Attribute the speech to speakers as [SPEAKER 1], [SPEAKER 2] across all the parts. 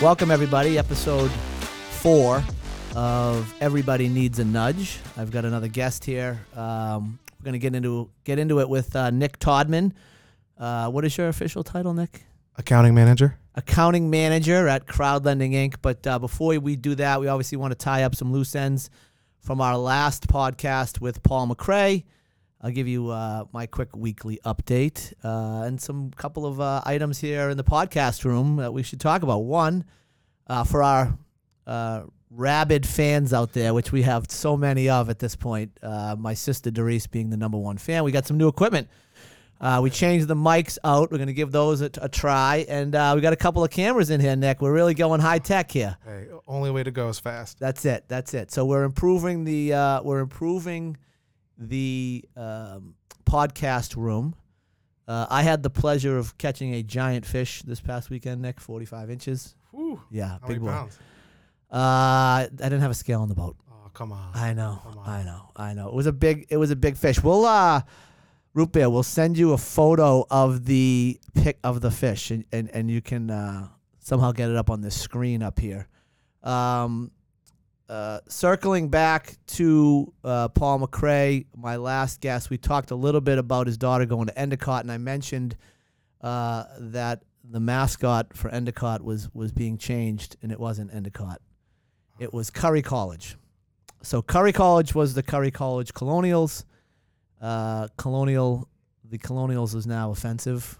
[SPEAKER 1] Welcome, everybody. Episode four of Everybody Needs a Nudge. I've got another guest here. Um, we're gonna get into get into it with uh, Nick Todman. Uh, what is your official title, Nick?
[SPEAKER 2] Accounting manager.
[SPEAKER 1] Accounting manager at Crowd Lending Inc. But uh, before we do that, we obviously want to tie up some loose ends from our last podcast with Paul McRae. I'll give you uh, my quick weekly update uh, and some couple of uh, items here in the podcast room that we should talk about. One, uh, for our uh, rabid fans out there, which we have so many of at this point, uh, my sister Doris being the number one fan, we got some new equipment. Uh, we changed the mics out. We're going to give those a, a try. And uh, we got a couple of cameras in here, Nick. We're really going high tech here.
[SPEAKER 2] Hey, only way to go is fast.
[SPEAKER 1] That's it. That's it. So we're improving the uh, we're improving the um, podcast room. Uh, I had the pleasure of catching a giant fish this past weekend, Nick, forty five inches.
[SPEAKER 2] Whew.
[SPEAKER 1] Yeah,
[SPEAKER 2] How
[SPEAKER 1] big
[SPEAKER 2] many
[SPEAKER 1] boy.
[SPEAKER 2] pounds?
[SPEAKER 1] Uh, I didn't have a scale on the boat.
[SPEAKER 2] Oh, come on.
[SPEAKER 1] I know.
[SPEAKER 2] Come on.
[SPEAKER 1] I know. I know. It was a big. It was a big fish. We'll uh, root beer. We'll send you a photo of the pic of the fish, and and, and you can uh, somehow get it up on the screen up here. Um, uh, circling back to uh, Paul McRae, my last guest, we talked a little bit about his daughter going to Endicott, and I mentioned uh, that the mascot for Endicott was was being changed, and it wasn't Endicott. It was Curry College. So Curry College was the Curry College Colonials. Uh, colonial, the Colonials is now offensive,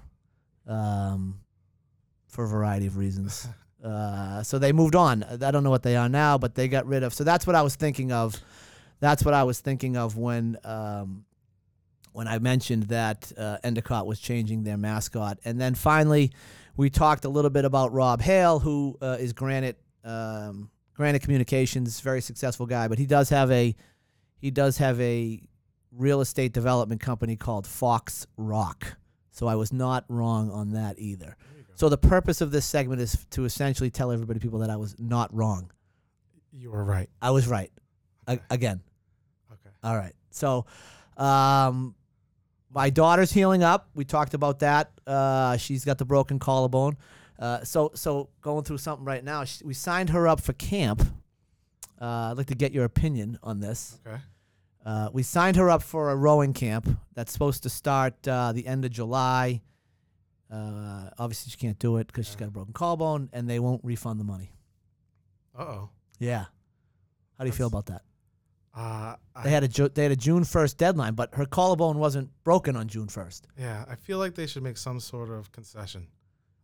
[SPEAKER 1] um, for a variety of reasons. Uh, so they moved on. I don't know what they are now, but they got rid of. So that's what I was thinking of. That's what I was thinking of when um, when I mentioned that uh, Endicott was changing their mascot. And then finally, we talked a little bit about Rob Hale, who uh, is Granite um, Granite Communications, very successful guy, but he does have a he does have a real estate development company called Fox Rock. So I was not wrong on that either. So the purpose of this segment is to essentially tell everybody people that I was not wrong.
[SPEAKER 2] You were right.
[SPEAKER 1] I was right. A- again.
[SPEAKER 2] Okay.
[SPEAKER 1] All right. So, um, my daughter's healing up. We talked about that. Uh, she's got the broken collarbone. Uh, so, so going through something right now. She, we signed her up for camp. Uh, I'd like to get your opinion on this.
[SPEAKER 2] Okay.
[SPEAKER 1] Uh, we signed her up for a rowing camp that's supposed to start uh, the end of July. Uh, obviously, she can't do it because she's got a broken collarbone, and they won't refund the money.
[SPEAKER 2] Uh oh.
[SPEAKER 1] Yeah. How do you feel
[SPEAKER 2] That's-
[SPEAKER 1] about that?
[SPEAKER 2] Uh,
[SPEAKER 1] They
[SPEAKER 2] I-
[SPEAKER 1] had a Ju- they had a June first deadline, but her collarbone wasn't broken on June first.
[SPEAKER 2] yeah, I feel like they should make some sort of concession.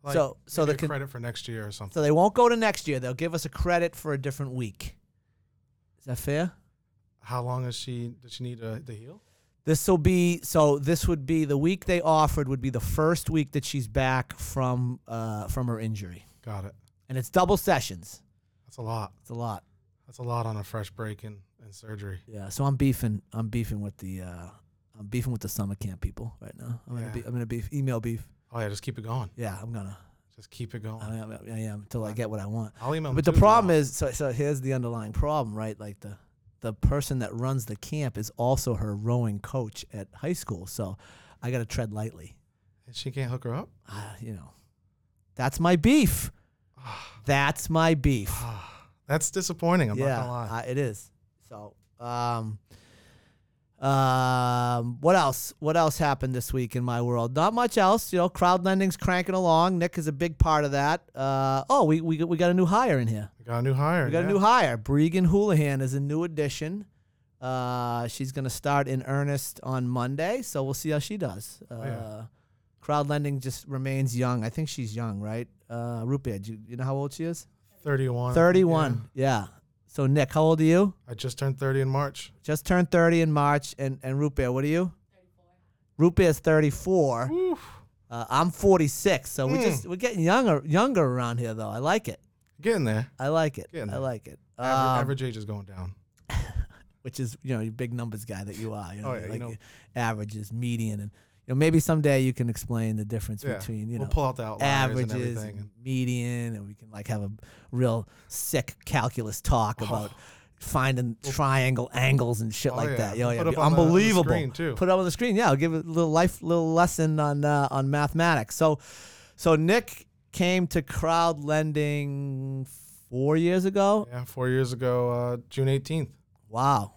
[SPEAKER 2] Like
[SPEAKER 1] So- so
[SPEAKER 2] maybe
[SPEAKER 1] the
[SPEAKER 2] a
[SPEAKER 1] con-
[SPEAKER 2] credit for next year or something.
[SPEAKER 1] So they won't go to next year. They'll give us a credit for a different week. Is that fair?
[SPEAKER 2] How long is she? Does she need uh, to, to heal?
[SPEAKER 1] This will be so. This would be the week they offered would be the first week that she's back from uh, from her injury,
[SPEAKER 2] Got it.
[SPEAKER 1] and it's double sessions.
[SPEAKER 2] That's a lot.
[SPEAKER 1] It's a lot.
[SPEAKER 2] That's a lot on a fresh break in, in surgery.
[SPEAKER 1] Yeah. So I'm beefing. I'm beefing with the. Uh, I'm beefing with the summer camp people right now. I'm gonna
[SPEAKER 2] Yeah.
[SPEAKER 1] be. I'm gonna beef. Email beef.
[SPEAKER 2] Oh yeah, just keep it going.
[SPEAKER 1] Yeah. I'm gonna.
[SPEAKER 2] Just keep it going.
[SPEAKER 1] I am. I am until I get what I want.
[SPEAKER 2] I'll email.
[SPEAKER 1] But the problem is, so, so here's the underlying problem, right? Like the the person that runs the camp is also her rowing coach at high school, so I got to tread lightly.
[SPEAKER 2] she can't hook her up.
[SPEAKER 1] Uh, you know, that's my beef. That's my beef.
[SPEAKER 2] That's disappointing. I'm
[SPEAKER 1] yeah,
[SPEAKER 2] not gonna lie.
[SPEAKER 1] I- it is. So, um, um, what else? What else happened this week in my world? Not much else. You know, crowd lending's cranking along. Nick is a big part of that. Uh, oh, we we got- we got a new hire in here.
[SPEAKER 2] we got a new hire.
[SPEAKER 1] We got
[SPEAKER 2] yeah.
[SPEAKER 1] a new hire. Bregan Houlihan is a new addition. Uh, she's going to start in earnest on Monday, so we'll see how she does. Uh,
[SPEAKER 2] Oh, yeah.
[SPEAKER 1] Crowd lending just remains young. I think she's young, right? Uh, Rupiah, do you, you know how old she is?
[SPEAKER 2] 31. I think, Uh, yeah.
[SPEAKER 1] 31. Yeah. So, Nick, how old are you?
[SPEAKER 2] I just turned 30 in March.
[SPEAKER 1] Just turned 30 in March. And, and Rupiah, what are you? Rupiah is 34. Uh, I'm 46. So, we're,
[SPEAKER 2] Mm.
[SPEAKER 1] just, we're getting younger younger around here, though. I like it.
[SPEAKER 2] Getting there.
[SPEAKER 1] I like it.
[SPEAKER 2] Getting
[SPEAKER 1] I
[SPEAKER 2] there.
[SPEAKER 1] like it.
[SPEAKER 2] Average,
[SPEAKER 1] Um,
[SPEAKER 2] average age is going down.
[SPEAKER 1] which is you know your big numbers guy that you are. You know,
[SPEAKER 2] Oh, yeah, you
[SPEAKER 1] like
[SPEAKER 2] know.
[SPEAKER 1] averages, median, and you know maybe someday you can explain the difference
[SPEAKER 2] Yeah.
[SPEAKER 1] between you know
[SPEAKER 2] we'll pull out the outliers and
[SPEAKER 1] averages,
[SPEAKER 2] everything.
[SPEAKER 1] and median, and we can like have a real sick calculus talk about finding triangle angles and shit
[SPEAKER 2] Oh,
[SPEAKER 1] like
[SPEAKER 2] yeah.
[SPEAKER 1] that. Yeah,
[SPEAKER 2] We'll
[SPEAKER 1] yeah,
[SPEAKER 2] put
[SPEAKER 1] be
[SPEAKER 2] up on the- on the
[SPEAKER 1] unbelievable.
[SPEAKER 2] screen, too.
[SPEAKER 1] Put up on the screen. Yeah, I'll give a little life, little lesson on uh, on mathematics. So, so Nick came to crowd lending four years ago.
[SPEAKER 2] Yeah, four years ago, uh, June eighteenth.
[SPEAKER 1] Wow.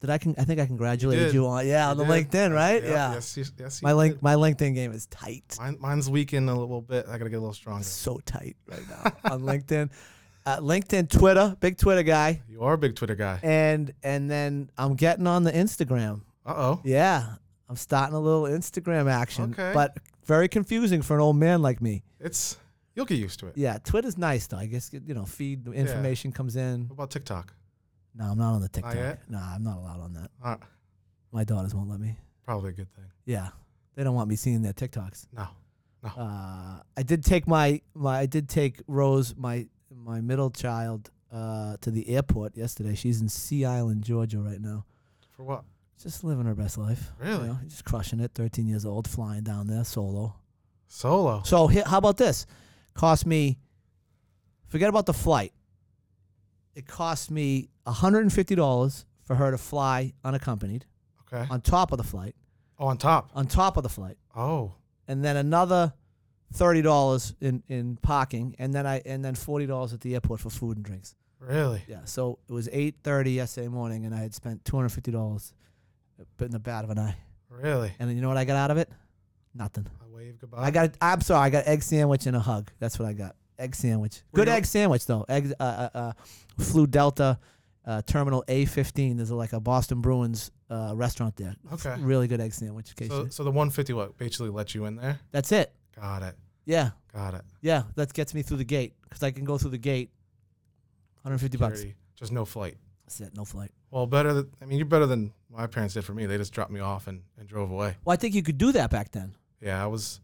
[SPEAKER 1] Did I can I think I congratulated
[SPEAKER 2] did.
[SPEAKER 1] you, on yeah, on the LinkedIn, right? Yeah.
[SPEAKER 2] Yes, you- yes, you
[SPEAKER 1] My link
[SPEAKER 2] did.
[SPEAKER 1] my LinkedIn game is tight.
[SPEAKER 2] Mine, mine's weakened a little bit. I gotta get a little stronger.
[SPEAKER 1] So tight right now on LinkedIn. Uh, LinkedIn, Twitter, big Twitter guy.
[SPEAKER 2] You are a big Twitter guy.
[SPEAKER 1] And and then I'm getting on the Instagram.
[SPEAKER 2] Uh oh.
[SPEAKER 1] Yeah. I'm starting a little Instagram action.
[SPEAKER 2] Okay.
[SPEAKER 1] But very confusing for an old man like me.
[SPEAKER 2] It's you'll get used to it.
[SPEAKER 1] Yeah, Twitter's nice though. I guess you know, feed the information comes in.
[SPEAKER 2] What about TikTok?
[SPEAKER 1] No, I'm not on the TikTok.
[SPEAKER 2] yet?
[SPEAKER 1] No, I'm not allowed on that.
[SPEAKER 2] Uh,
[SPEAKER 1] My daughters won't let me.
[SPEAKER 2] probably a good thing.
[SPEAKER 1] Yeah, they don't want me seeing their TikToks.
[SPEAKER 2] No.
[SPEAKER 1] Uh, I did take my my I did take Rose my my middle child uh, to the airport yesterday. She's in Sea Island, Georgia, right now.
[SPEAKER 2] For what?
[SPEAKER 1] Just living her best life.
[SPEAKER 2] Really?
[SPEAKER 1] You know, just crushing it. 13 years old, flying down there solo.
[SPEAKER 2] Solo.
[SPEAKER 1] So he- how about this? Cost me. Forget about the flight. It cost me 150 dollars for her to fly unaccompanied.
[SPEAKER 2] Okay.
[SPEAKER 1] On top of the flight.
[SPEAKER 2] Oh, on top.
[SPEAKER 1] On top of the flight.
[SPEAKER 2] Oh.
[SPEAKER 1] and then another thirty dollars in in parking, and then I and then forty dollars at the airport for food and drinks.
[SPEAKER 2] Really?
[SPEAKER 1] Yeah, so it was eight thirty yesterday morning, and I had spent two hundred fifty dollars, but in the bat of an eye.
[SPEAKER 2] Really?
[SPEAKER 1] And then you know what I got out of it? Nothing.
[SPEAKER 2] I wave goodbye.
[SPEAKER 1] I got. I'm sorry. I got egg sandwich and a hug. That's what I got. Egg sandwich.
[SPEAKER 2] Were
[SPEAKER 1] Good
[SPEAKER 2] you-
[SPEAKER 1] egg sandwich though. Egg. Uh, uh, uh, flew Delta. Uh, Terminal A15. There's a, like a Boston Bruins uh, restaurant there.
[SPEAKER 2] Okay.
[SPEAKER 1] Really good egg sandwich. in case
[SPEAKER 2] So,
[SPEAKER 1] you-
[SPEAKER 2] so the 150 what basically let you in there?
[SPEAKER 1] That's it.
[SPEAKER 2] Got it.
[SPEAKER 1] Yeah.
[SPEAKER 2] Got it.
[SPEAKER 1] Yeah, that gets me through the gate because I can go through the gate. 150 bucks.
[SPEAKER 2] Security, Just no flight.
[SPEAKER 1] That's it. No flight.
[SPEAKER 2] Well, better. Than, I mean, you're better than my parents did for me. They just dropped me off and, and drove away.
[SPEAKER 1] Well, I think you could do that back then.
[SPEAKER 2] Yeah, I was,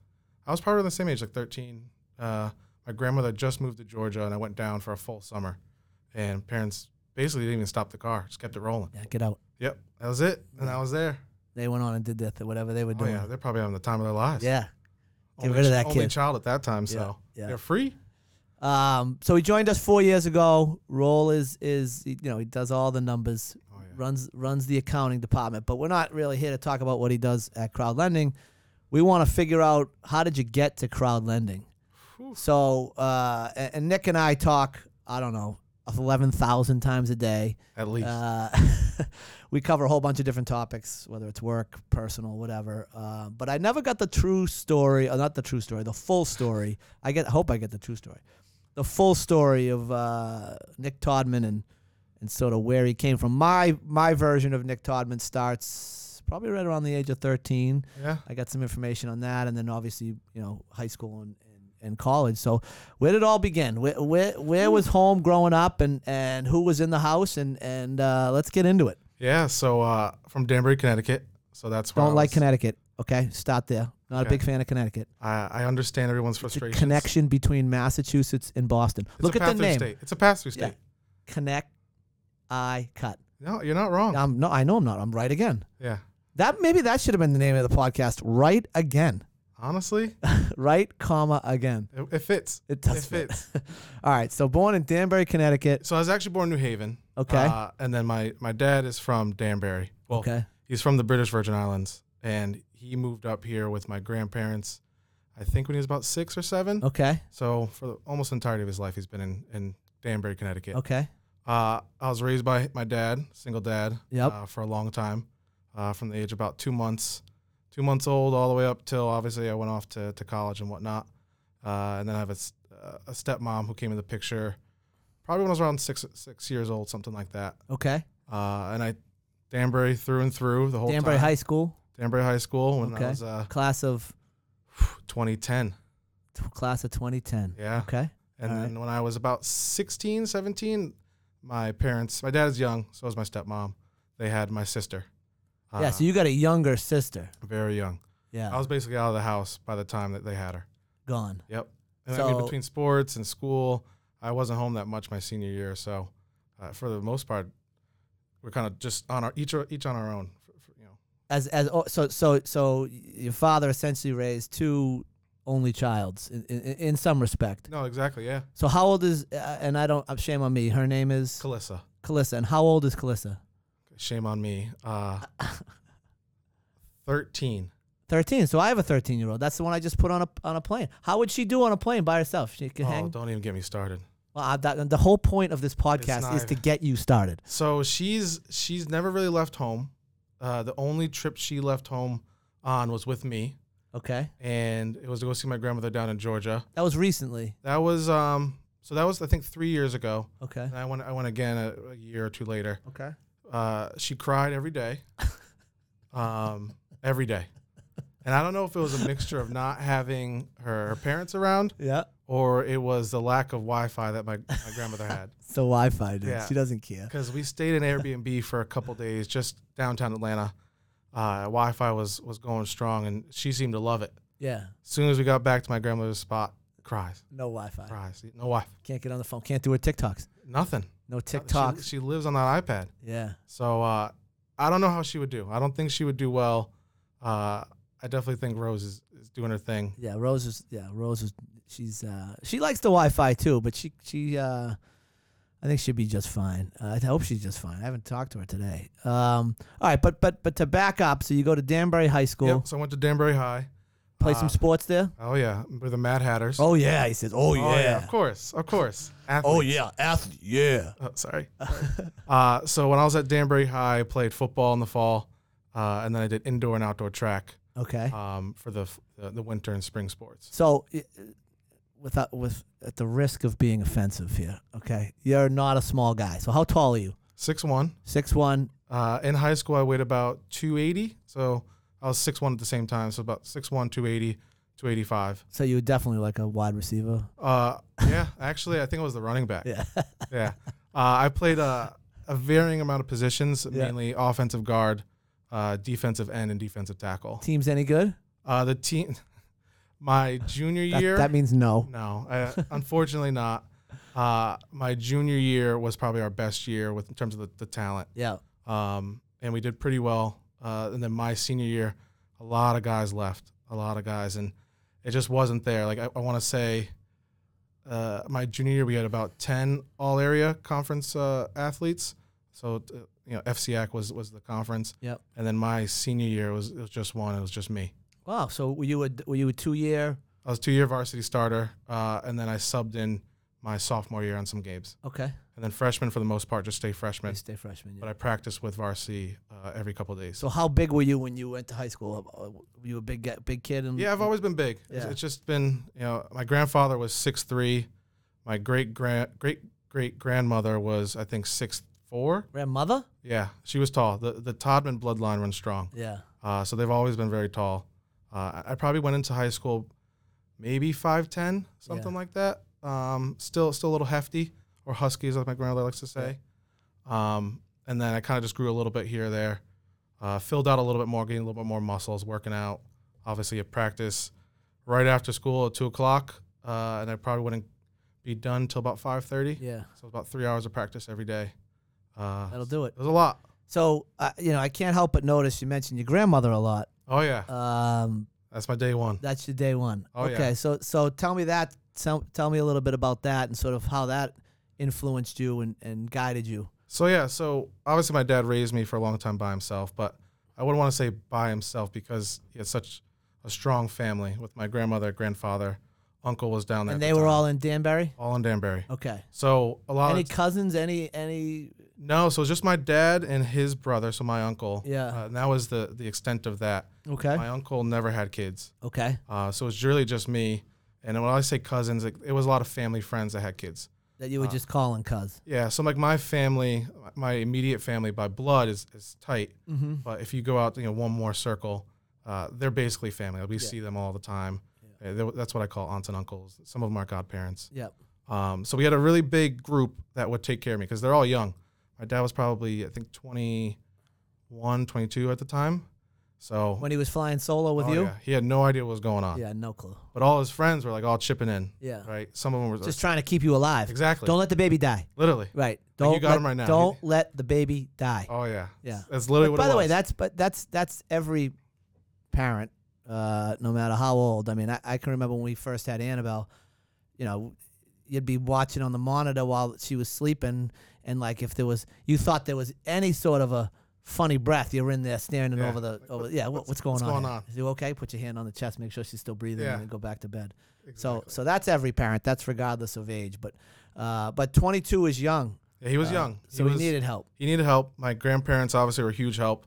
[SPEAKER 2] I was probably the same age, like 13. Uh, my grandmother just moved to Georgia, and I went down for a full summer, and parents basically didn't even stop the car, just kept it rolling.
[SPEAKER 1] Yeah, get out.
[SPEAKER 2] Yep, that was it, and I was there.
[SPEAKER 1] They went on and did that, th- whatever they were
[SPEAKER 2] Oh
[SPEAKER 1] doing.
[SPEAKER 2] yeah, they're probably having the time of their lives.
[SPEAKER 1] yeah. Get
[SPEAKER 2] Only
[SPEAKER 1] rid of
[SPEAKER 2] ch-
[SPEAKER 1] that
[SPEAKER 2] only
[SPEAKER 1] kid.
[SPEAKER 2] child at that time, so
[SPEAKER 1] Yeah, yeah.
[SPEAKER 2] they're free.
[SPEAKER 1] Um, so he joined us four years ago. Roll is is you know he does all the numbers,
[SPEAKER 2] Oh, yeah.
[SPEAKER 1] runs runs the accounting department. But we're not really here to talk about what he does at crowd lending. We want to figure out how did you get to crowd lending.
[SPEAKER 2] Whew.
[SPEAKER 1] So uh, a- and Nick and I talk. I don't know eleven thousand times a day.
[SPEAKER 2] At least
[SPEAKER 1] Uh, we cover a whole bunch of different topics, whether it's work, personal, whatever. Uh, but I never got the true story, or not the true story, the full story. I get, I hope I get the true story, the full story of uh, Nick Todman and and sort of where he came from. My my version of Nick Todman starts probably right around the age of thirteen.
[SPEAKER 2] yeah.
[SPEAKER 1] I got some information on that, and then obviously you know high school and, and, and college. So where did it all begin? Where where, where was home growing up, and, and who was in the house? And and uh, let's get into it.
[SPEAKER 2] Yeah, so uh, from Danbury, Connecticut. So that's where
[SPEAKER 1] Don't
[SPEAKER 2] I
[SPEAKER 1] like
[SPEAKER 2] was-
[SPEAKER 1] Connecticut. Okay, start there. Not a
[SPEAKER 2] Okay.
[SPEAKER 1] big fan of Connecticut.
[SPEAKER 2] I, I understand everyone's
[SPEAKER 1] It's a
[SPEAKER 2] frustration.
[SPEAKER 1] connection between Massachusetts and Boston. Look at the name.
[SPEAKER 2] State. It's a pass-through
[SPEAKER 1] Yeah.
[SPEAKER 2] state.
[SPEAKER 1] Connect. I cut.
[SPEAKER 2] No, you're not wrong.
[SPEAKER 1] I'm, no, I know I'm not. I'm right again.
[SPEAKER 2] Yeah,
[SPEAKER 1] That maybe that should have been the name of the podcast. Right again.
[SPEAKER 2] honestly,
[SPEAKER 1] right, comma again.
[SPEAKER 2] it, it fits.
[SPEAKER 1] It does fit.
[SPEAKER 2] fits.
[SPEAKER 1] All right. So born in Danbury, Connecticut.
[SPEAKER 2] So I was actually born in New Haven.
[SPEAKER 1] Okay.
[SPEAKER 2] Uh, and then my my dad is from Danbury. Well,
[SPEAKER 1] Okay.
[SPEAKER 2] he's from the British Virgin Islands, and he moved up here with my grandparents. I think when he was about six or seven.
[SPEAKER 1] Okay.
[SPEAKER 2] So for the almost entirety of his life, he's been in, in Danbury, Connecticut.
[SPEAKER 1] Okay.
[SPEAKER 2] Uh, I was raised by my dad, single dad,
[SPEAKER 1] Yep.
[SPEAKER 2] uh, for a long time, uh, from the age of about two months, two months old, all the way up till obviously I went off to, to college and whatnot. Uh, and then I have a, s- uh, a stepmom who came in the picture probably when I was around six six years old, something like that.
[SPEAKER 1] Okay.
[SPEAKER 2] Uh, and I Danbury through and through the whole
[SPEAKER 1] Danbury
[SPEAKER 2] time.
[SPEAKER 1] High School
[SPEAKER 2] Danbury High School when
[SPEAKER 1] Okay.
[SPEAKER 2] I was uh,
[SPEAKER 1] class of
[SPEAKER 2] 2010.
[SPEAKER 1] t- class of 2010.
[SPEAKER 2] Yeah.
[SPEAKER 1] Okay.
[SPEAKER 2] And
[SPEAKER 1] All
[SPEAKER 2] then when I was about 16, 17, my parents, my dad is young, so is my stepmom. They had my sister.
[SPEAKER 1] yeah.
[SPEAKER 2] Uh,
[SPEAKER 1] So you got a younger sister.
[SPEAKER 2] very young.
[SPEAKER 1] Yeah.
[SPEAKER 2] I was basically out of the house by the time that they had her.
[SPEAKER 1] gone.
[SPEAKER 2] Yep. And I mean,
[SPEAKER 1] So-
[SPEAKER 2] between sports and school, I wasn't home that much my senior year. So, uh, for the most part, we're kind of just on our each or- each on our own. For, for, you know,
[SPEAKER 1] As as oh, so so so y- your father essentially raised two only childs in, in, in some respect.
[SPEAKER 2] no, exactly. Yeah,
[SPEAKER 1] So how old is uh, and I don't uh, shame on me. Her name is
[SPEAKER 2] Calissa.
[SPEAKER 1] Calissa. And how old is Calissa?
[SPEAKER 2] Shame on me. Uh, Thirteen.
[SPEAKER 1] Thirteen. So I have a thirteen-year-old. That's the one I just put on a on a plane. How would she do on a plane by herself? She could
[SPEAKER 2] Oh,
[SPEAKER 1] hang.
[SPEAKER 2] don't even get me started.
[SPEAKER 1] Well, I, that, the whole point of this podcast
[SPEAKER 2] not
[SPEAKER 1] is to
[SPEAKER 2] even-
[SPEAKER 1] get you started.
[SPEAKER 2] So she's she's never really left home. Uh, the only trip she left home on was with me,
[SPEAKER 1] Okay.
[SPEAKER 2] and it was to go see my grandmother down in Georgia.
[SPEAKER 1] That was recently.
[SPEAKER 2] That was um, so that was I think three years ago,
[SPEAKER 1] Okay.
[SPEAKER 2] and I went I went again a, a year or two later.
[SPEAKER 1] Okay.
[SPEAKER 2] Uh, she cried every day, um, every day, and I don't know if it was a mixture of not having her, her parents around
[SPEAKER 1] Yeah.
[SPEAKER 2] or it was the lack of Wi-Fi that my, my grandmother had.
[SPEAKER 1] So Wi-Fi, dude.
[SPEAKER 2] Yeah.
[SPEAKER 1] She doesn't care.
[SPEAKER 2] because we stayed in Airbnb for a couple days just downtown Atlanta. Uh, Wi-Fi was was going strong, and she seemed to love it.
[SPEAKER 1] Yeah.
[SPEAKER 2] As soon as we got back to my grandmother's spot, cries,
[SPEAKER 1] No Wi-Fi.
[SPEAKER 2] cries, no Wi-Fi,
[SPEAKER 1] Can't get on the phone. Can't do her TikToks.
[SPEAKER 2] nothing.
[SPEAKER 1] No TikToks.
[SPEAKER 2] She, she lives on that iPad,
[SPEAKER 1] yeah.
[SPEAKER 2] so uh, I don't know how she would do. I don't think she would do well. Uh, I definitely think Rose is, is doing her thing.
[SPEAKER 1] Yeah. Rose was. Yeah. Rose was. She's. Uh, she likes the Wi-Fi too, but she. She. Uh, I think she'd be just fine. Uh, I hope she's just fine. I haven't talked to her today. Um. All right, but but but to back up, so you go to Danbury High School,
[SPEAKER 2] Yep. So I went to Danbury High.
[SPEAKER 1] play
[SPEAKER 2] Uh,
[SPEAKER 1] some sports there.
[SPEAKER 2] Oh yeah, with the Mad Hatters.
[SPEAKER 1] Oh yeah, he says. Oh
[SPEAKER 2] Oh,
[SPEAKER 1] yeah.
[SPEAKER 2] of course, of course.
[SPEAKER 1] Oh
[SPEAKER 2] Athletes.
[SPEAKER 1] yeah, athlete. Yeah.
[SPEAKER 2] Oh, sorry. uh, so when I was at Danbury High, I played football in the fall, uh, and then I did indoor and outdoor track
[SPEAKER 1] Okay.
[SPEAKER 2] um, for the, f- the the winter and spring sports.
[SPEAKER 1] So, i- without with at the risk of being offensive here, okay, you're not a small guy. So how tall are you?
[SPEAKER 2] Six one.
[SPEAKER 1] Six one.
[SPEAKER 2] Uh, in high school, I weighed about two eighty, so I was six one at the same time, so about 6'1", 280, 285.
[SPEAKER 1] So you were definitely like a wide receiver.
[SPEAKER 2] Uh, yeah, actually, I think I was the running back.
[SPEAKER 1] Yeah.
[SPEAKER 2] Yeah. Uh, I played uh, a varying amount of positions,
[SPEAKER 1] Yeah.
[SPEAKER 2] mainly offensive guard, uh, defensive end, and defensive tackle.
[SPEAKER 1] Team's any good?
[SPEAKER 2] Uh, the team, my junior
[SPEAKER 1] That,
[SPEAKER 2] year.
[SPEAKER 1] that means no.
[SPEAKER 2] No, I, unfortunately not. Uh, my junior year was probably our best year with in terms of the, the talent,
[SPEAKER 1] Yeah.
[SPEAKER 2] um, and we did pretty well. Uh, and then my senior year, a lot of guys left, a lot of guys, and it just wasn't there. Like I, I want to say, uh, my junior year we had about ten all area conference uh, athletes. So uh, you know, FCAC was was the conference.
[SPEAKER 1] Yep.
[SPEAKER 2] And then my senior year was it was just one. It was just me.
[SPEAKER 1] Wow. So were you a were you a two year?
[SPEAKER 2] I was two year varsity starter, uh, and then I subbed in my sophomore year on some games,
[SPEAKER 1] Okay.
[SPEAKER 2] and then freshman for the most part just stay freshman.
[SPEAKER 1] You stay freshman.
[SPEAKER 2] But
[SPEAKER 1] Yeah.
[SPEAKER 2] I practiced with varsity uh, every couple of days.
[SPEAKER 1] So how big were you when you went to high school? Uh, Were you a big ge- big kid? And
[SPEAKER 2] yeah, I've always been big. It's,
[SPEAKER 1] Yeah.
[SPEAKER 2] it's just been you know my grandfather was six three, my great grand great great grandmother was I think six four.
[SPEAKER 1] grandmother.
[SPEAKER 2] Yeah, she was tall. The the Todman bloodline runs strong,
[SPEAKER 1] Yeah.
[SPEAKER 2] uh, so they've always been very tall. Uh, I I probably went into high school maybe five ten, something like that. Um, still, still a little hefty or husky, as my grandmother likes to say. Um, and then I kind of just grew a little bit here or there, uh, filled out a little bit more, gained a little bit more muscles, working out. Obviously, at practice right after school at two o'clock, uh, and I probably wouldn't be done till about five thirty.
[SPEAKER 1] Yeah.
[SPEAKER 2] So about three hours of practice every day. Uh,
[SPEAKER 1] That'll do it.
[SPEAKER 2] it was a lot.
[SPEAKER 1] So uh, you know I can't help but notice you mentioned your grandmother a lot.
[SPEAKER 2] Oh yeah,
[SPEAKER 1] Um,
[SPEAKER 2] that's my day one.
[SPEAKER 1] That's your day one.
[SPEAKER 2] Oh, yeah.
[SPEAKER 1] okay, so so tell me that. Tell, tell me a little bit about that and sort of how that influenced you and, and guided you.
[SPEAKER 2] So yeah, so obviously my dad raised me for a long time by himself, but I wouldn't want to say by himself because he had such a strong family with my grandmother, grandfather, uncle was down there.
[SPEAKER 1] And
[SPEAKER 2] at
[SPEAKER 1] they
[SPEAKER 2] the
[SPEAKER 1] were
[SPEAKER 2] time. Uh,
[SPEAKER 1] all in Danbury.
[SPEAKER 2] all in Danbury.
[SPEAKER 1] Okay.
[SPEAKER 2] So a lot
[SPEAKER 1] Any
[SPEAKER 2] of
[SPEAKER 1] cousins? Any any?
[SPEAKER 2] no, so it was just my dad and his brother, so my uncle.
[SPEAKER 1] Yeah.
[SPEAKER 2] uh, and that was the the extent of that.
[SPEAKER 1] Okay.
[SPEAKER 2] My uncle never had kids,
[SPEAKER 1] Okay.
[SPEAKER 2] uh, so it was really just me. And when I say cousins, it, it was a lot of family friends that had kids.
[SPEAKER 1] That
[SPEAKER 2] Uh.
[SPEAKER 1] you were just calling cuz.
[SPEAKER 2] Yeah, so like my family, my immediate family by blood is, is tight,
[SPEAKER 1] Mm-hmm.
[SPEAKER 2] but if you go out, you know, one more circle, uh, they're basically family. We see them all the time. Uh, they- That's what I call aunts and uncles. Some of them are godparents.
[SPEAKER 1] Yep.
[SPEAKER 2] Um, so we had a really big group that would take care of me because they're all young. My dad was probably I think 21, 22 at the time. So
[SPEAKER 1] When he was flying solo with
[SPEAKER 2] oh,
[SPEAKER 1] you.
[SPEAKER 2] yeah, he had no idea what was going on.
[SPEAKER 1] Yeah, No clue.
[SPEAKER 2] But all his friends were like all chipping in.
[SPEAKER 1] Yeah.
[SPEAKER 2] Right. Some of them were
[SPEAKER 1] Just trying to keep you alive.
[SPEAKER 2] exactly
[SPEAKER 1] Don't let the baby die.
[SPEAKER 2] literally.
[SPEAKER 1] Right. Don't
[SPEAKER 2] got
[SPEAKER 1] let,
[SPEAKER 2] him right now.
[SPEAKER 1] Don't let the baby die.
[SPEAKER 2] Oh yeah.
[SPEAKER 1] Yeah.
[SPEAKER 2] That's literally what.
[SPEAKER 1] By
[SPEAKER 2] it
[SPEAKER 1] the way,
[SPEAKER 2] was.
[SPEAKER 1] that's but that's that's every parent, uh, no matter how old. I mean, I, I can remember when we first had Annabelle. You know, you'd be watching on the monitor while she was sleeping, and like if there was, you thought there was any sort of a funny breath. You're in there staring it
[SPEAKER 2] Yeah.
[SPEAKER 1] over the
[SPEAKER 2] Like,
[SPEAKER 1] over. Yeah, what,
[SPEAKER 2] what's-
[SPEAKER 1] what's going
[SPEAKER 2] what's
[SPEAKER 1] on?
[SPEAKER 2] going
[SPEAKER 1] here?
[SPEAKER 2] on?
[SPEAKER 1] Is you okay? Put your hand on the chest. Make sure she's still breathing,
[SPEAKER 2] Yeah.
[SPEAKER 1] and then go back to bed. So
[SPEAKER 2] Exactly.
[SPEAKER 1] so that's every parent. That's regardless of age. But uh, but 22 is young.
[SPEAKER 2] Yeah, he was
[SPEAKER 1] uh,
[SPEAKER 2] young.
[SPEAKER 1] so
[SPEAKER 2] he
[SPEAKER 1] he
[SPEAKER 2] was-
[SPEAKER 1] needed help.
[SPEAKER 2] he needed help. My grandparents obviously were a huge help.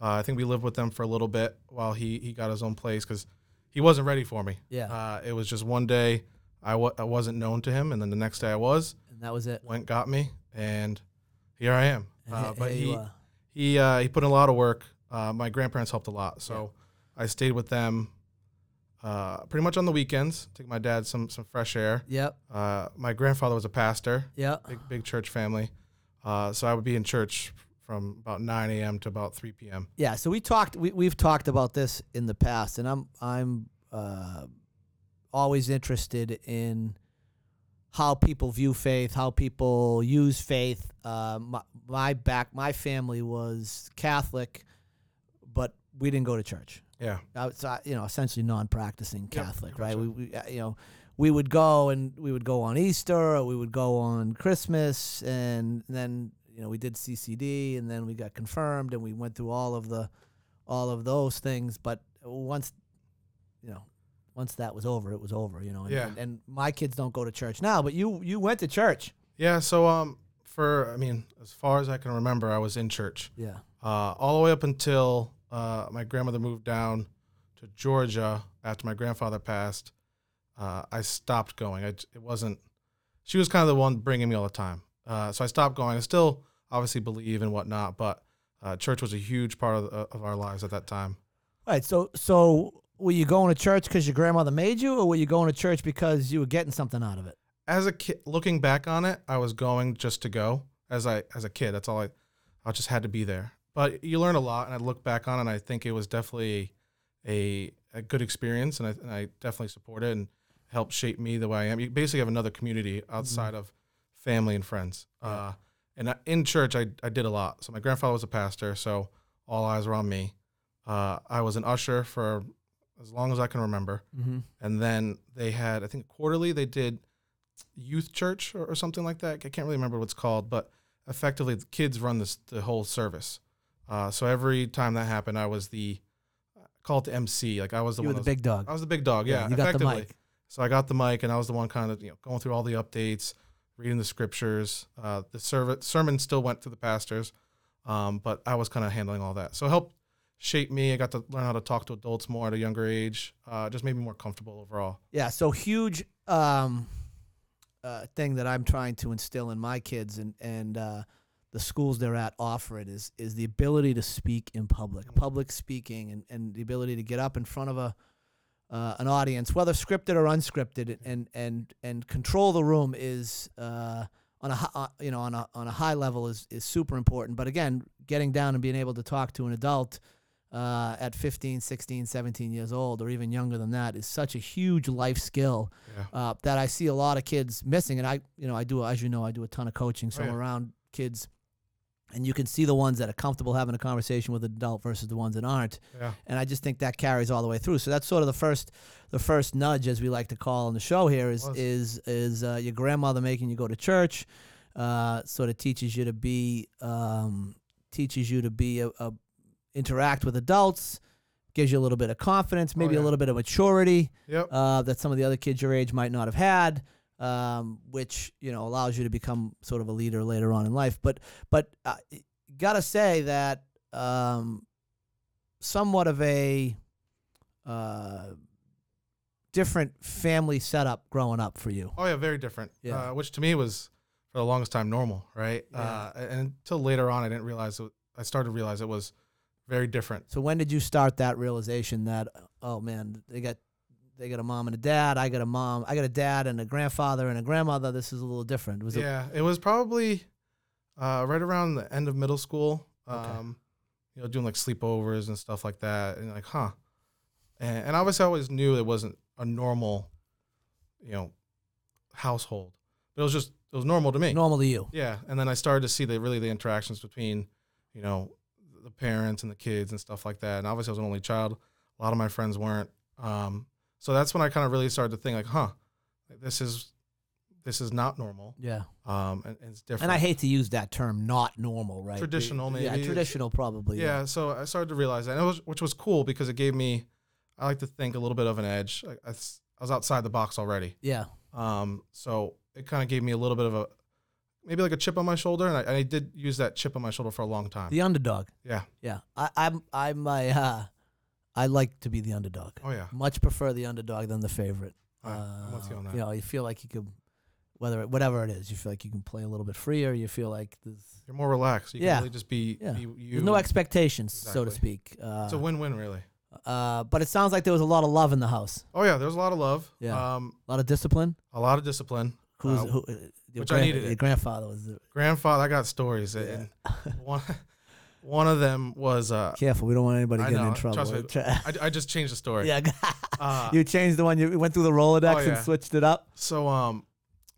[SPEAKER 2] Uh, I think we lived with them for a little bit while he, he got his own place because he wasn't ready for me.
[SPEAKER 1] Yeah,
[SPEAKER 2] Uh, it was just one day I w- I wasn't known to him, and then the next day I was.
[SPEAKER 1] and that was it.
[SPEAKER 2] Went got me, and here I am.
[SPEAKER 1] And
[SPEAKER 2] Uh,
[SPEAKER 1] he-
[SPEAKER 2] but
[SPEAKER 1] here you
[SPEAKER 2] he
[SPEAKER 1] are.
[SPEAKER 2] he uh, he put in a lot of work. Uh, my grandparents helped a lot, so I stayed with them uh, pretty much on the weekends. Take my dad some some fresh air.
[SPEAKER 1] Yep.
[SPEAKER 2] Uh, my grandfather was a pastor,
[SPEAKER 1] Yep.
[SPEAKER 2] big big church family, uh, so I would be in church from about 9 a.m. to about 3 p.m.
[SPEAKER 1] Yeah, so we talked. We, we've talked about this in the past, and I'm I'm uh, always interested in how people view faith, how people use faith. Uh, my, my back, my family was Catholic, but we didn't go to church
[SPEAKER 2] Yeah,
[SPEAKER 1] outside, you know, essentially non-practicing
[SPEAKER 2] Yeah,
[SPEAKER 1] Catholic,
[SPEAKER 2] pretty
[SPEAKER 1] right?
[SPEAKER 2] much
[SPEAKER 1] We, we, uh, you know, we would go and we would go on Easter, or we would go on Christmas, and then you know we did CCD, and then we got confirmed, and we went through all of the, all of those things. But once, you know, once that was over, it was over, you know. And,
[SPEAKER 2] Yeah.
[SPEAKER 1] and, and my kids don't go to church now, but you you went to church.
[SPEAKER 2] yeah. So um, for I mean, as far as I can remember, I was in church.
[SPEAKER 1] Yeah.
[SPEAKER 2] uh, all the way up until uh, my grandmother moved down to Georgia after my grandfather passed. Uh, I stopped going. I, j- it wasn't. She was kind of the one bringing me all the time, uh, so I stopped going. I still obviously believe and whatnot, but uh, church was a huge part of, uh, of our lives at that time.
[SPEAKER 1] All right. So so were you going to church because your grandmother made you, or were you going to church because you were getting something out of it?
[SPEAKER 2] As a kid, looking back on it, I was going just to go. As I as a kid, that's all I. I just had to be there. But you learn a lot, and I look back on it, and I think it was definitely a a good experience, and I, and I definitely support it and helped shape me the way I am. You basically have another community outside of family and friends. Uh, and I, in church, I, I did a lot. So my grandfather was a pastor, so all eyes were on me. Uh, I was an usher for as long as I can remember.
[SPEAKER 1] Mm-hmm.
[SPEAKER 2] And then they had, I think quarterly, they did youth church or, or something like that. I can't really remember what it's called, but effectively the kids run this the whole service. Uh, so every time that happened, I was the called to MC. Like I was the
[SPEAKER 1] You were
[SPEAKER 2] one.
[SPEAKER 1] the
[SPEAKER 2] that was-
[SPEAKER 1] big dog.
[SPEAKER 2] I was the big dog. Yeah,
[SPEAKER 1] you got the
[SPEAKER 2] effectively.
[SPEAKER 1] mic.
[SPEAKER 2] So I got the mic, and I was the one kind of you know going through all the updates, reading the scriptures. Uh, the serv- sermon still went to the pastors, um, but I was kind of handling all that. So it helped shape me. I got to learn how to talk to adults more at a younger age. Uh, just made me more comfortable overall.
[SPEAKER 1] Yeah, so huge um, uh, thing that I'm trying to instill in my kids and and uh, the schools they're at offer it is is the ability to speak in
[SPEAKER 2] Mm.
[SPEAKER 1] public, public speaking, and, and the ability to get up in front of a uh, an audience, whether scripted or
[SPEAKER 2] Mm.
[SPEAKER 1] unscripted, and and and control the room is uh, on a hi- uh, you know on a on a high level is is super important. But again, getting down and being able to talk to an adult uh, at 15, 16, 17 years old, or even younger than that, is such a huge life skill
[SPEAKER 2] Yeah.
[SPEAKER 1] uh, that I see a lot of kids missing. And I, you know, I do, as you know, I do a ton of coaching, so
[SPEAKER 2] Oh,
[SPEAKER 1] I'm
[SPEAKER 2] yeah.
[SPEAKER 1] around kids, and you can see the ones that are comfortable having a conversation with an adult versus the ones that aren't.
[SPEAKER 2] Yeah.
[SPEAKER 1] And I just think that carries all the way through. So that's sort of the first, the first nudge, as we like to call on the show here, is
[SPEAKER 2] Was.
[SPEAKER 1] is is uh, your grandmother making you go to church, uh, sort of teaches you to be, um, teaches you to be a, a interact with adults, gives you a little bit of confidence, maybe a
[SPEAKER 2] yeah.
[SPEAKER 1] little bit of maturity
[SPEAKER 2] Yep.
[SPEAKER 1] uh, that some of the other kids your age might not have had, um, which you know allows you to become sort of a leader later on in life. But but uh, gotta say that um, somewhat of a uh, different family setup growing up for you.
[SPEAKER 2] Oh yeah, very different.
[SPEAKER 1] Yeah.
[SPEAKER 2] Uh, which to me was for the longest time normal, right?
[SPEAKER 1] Yeah.
[SPEAKER 2] Uh, and until later on, I didn't realize. It, I started to realize it was very different.
[SPEAKER 1] So when did you start that realization that oh man they got they got a mom and a dad I got a mom I got a dad and a grandfather and a grandmother this is a little different was it
[SPEAKER 2] yeah, it was probably uh, right around the end of middle school. Um,
[SPEAKER 1] Okay.
[SPEAKER 2] You know, doing like sleepovers and stuff like that, and like, huh. And, and obviously, I always knew it wasn't a normal, you know, household. But it was just it was normal to me.
[SPEAKER 1] normal to you
[SPEAKER 2] Yeah, and then I started to see the really the interactions between, you know, the parents and the kids and stuff like that. And obviously, I was an only child. A lot of my friends weren't. Um, so that's when I kind of really started to think like, huh, this is this is not normal.
[SPEAKER 1] Yeah.
[SPEAKER 2] Um, and, and it's different.
[SPEAKER 1] And I hate to use that term, not normal, right?
[SPEAKER 2] Traditional,
[SPEAKER 1] We-
[SPEAKER 2] maybe.
[SPEAKER 1] Yeah, traditional, probably.
[SPEAKER 2] yeah, so I started to realize that, and it was, which was cool because it gave me, I like to think a little bit of an edge. I, I s- I was outside the box already,
[SPEAKER 1] Yeah.
[SPEAKER 2] um, so it kind of gave me a little bit of a, maybe like a chip on my shoulder, and I, and I did use that chip on my shoulder for a long time.
[SPEAKER 1] The underdog.
[SPEAKER 2] Yeah.
[SPEAKER 1] Yeah. I, I'm, I'm, I, uh, I like to be the underdog.
[SPEAKER 2] Oh yeah,
[SPEAKER 1] Much prefer the underdog than the favorite.
[SPEAKER 2] All right, I'm with you on that.
[SPEAKER 1] know, you feel like you could, whether it, whatever it is, you feel like you can play a little bit freer. You feel like there's,
[SPEAKER 2] You're more relaxed. You
[SPEAKER 1] Yeah.
[SPEAKER 2] can really just be,
[SPEAKER 1] Yeah.
[SPEAKER 2] be you.
[SPEAKER 1] there's no expectations, so to
[SPEAKER 2] Exactly.
[SPEAKER 1] speak. Uh,
[SPEAKER 2] it's a win-win, really.
[SPEAKER 1] uh, but it sounds like there was a lot of love in the house,
[SPEAKER 2] Oh yeah, there's a lot of love.
[SPEAKER 1] Yeah.
[SPEAKER 2] Um,
[SPEAKER 1] a lot of discipline.
[SPEAKER 2] a lot of discipline.
[SPEAKER 1] Who's
[SPEAKER 2] Uh,
[SPEAKER 1] who? uh, Your,
[SPEAKER 2] which I needed
[SPEAKER 1] your
[SPEAKER 2] it.
[SPEAKER 1] grandfather was uh, the,
[SPEAKER 2] Grandfather, I got stories, and one, one of them was uh,
[SPEAKER 1] careful. We don't want anybody
[SPEAKER 2] I
[SPEAKER 1] getting
[SPEAKER 2] know,
[SPEAKER 1] in
[SPEAKER 2] trust
[SPEAKER 1] trouble.
[SPEAKER 2] me.
[SPEAKER 1] Tra-
[SPEAKER 2] I, I just changed the story.
[SPEAKER 1] yeah,
[SPEAKER 2] Uh,
[SPEAKER 1] you changed the one. You went through the Rolodex
[SPEAKER 2] Oh,
[SPEAKER 1] and
[SPEAKER 2] yeah.
[SPEAKER 1] switched it up.
[SPEAKER 2] So um,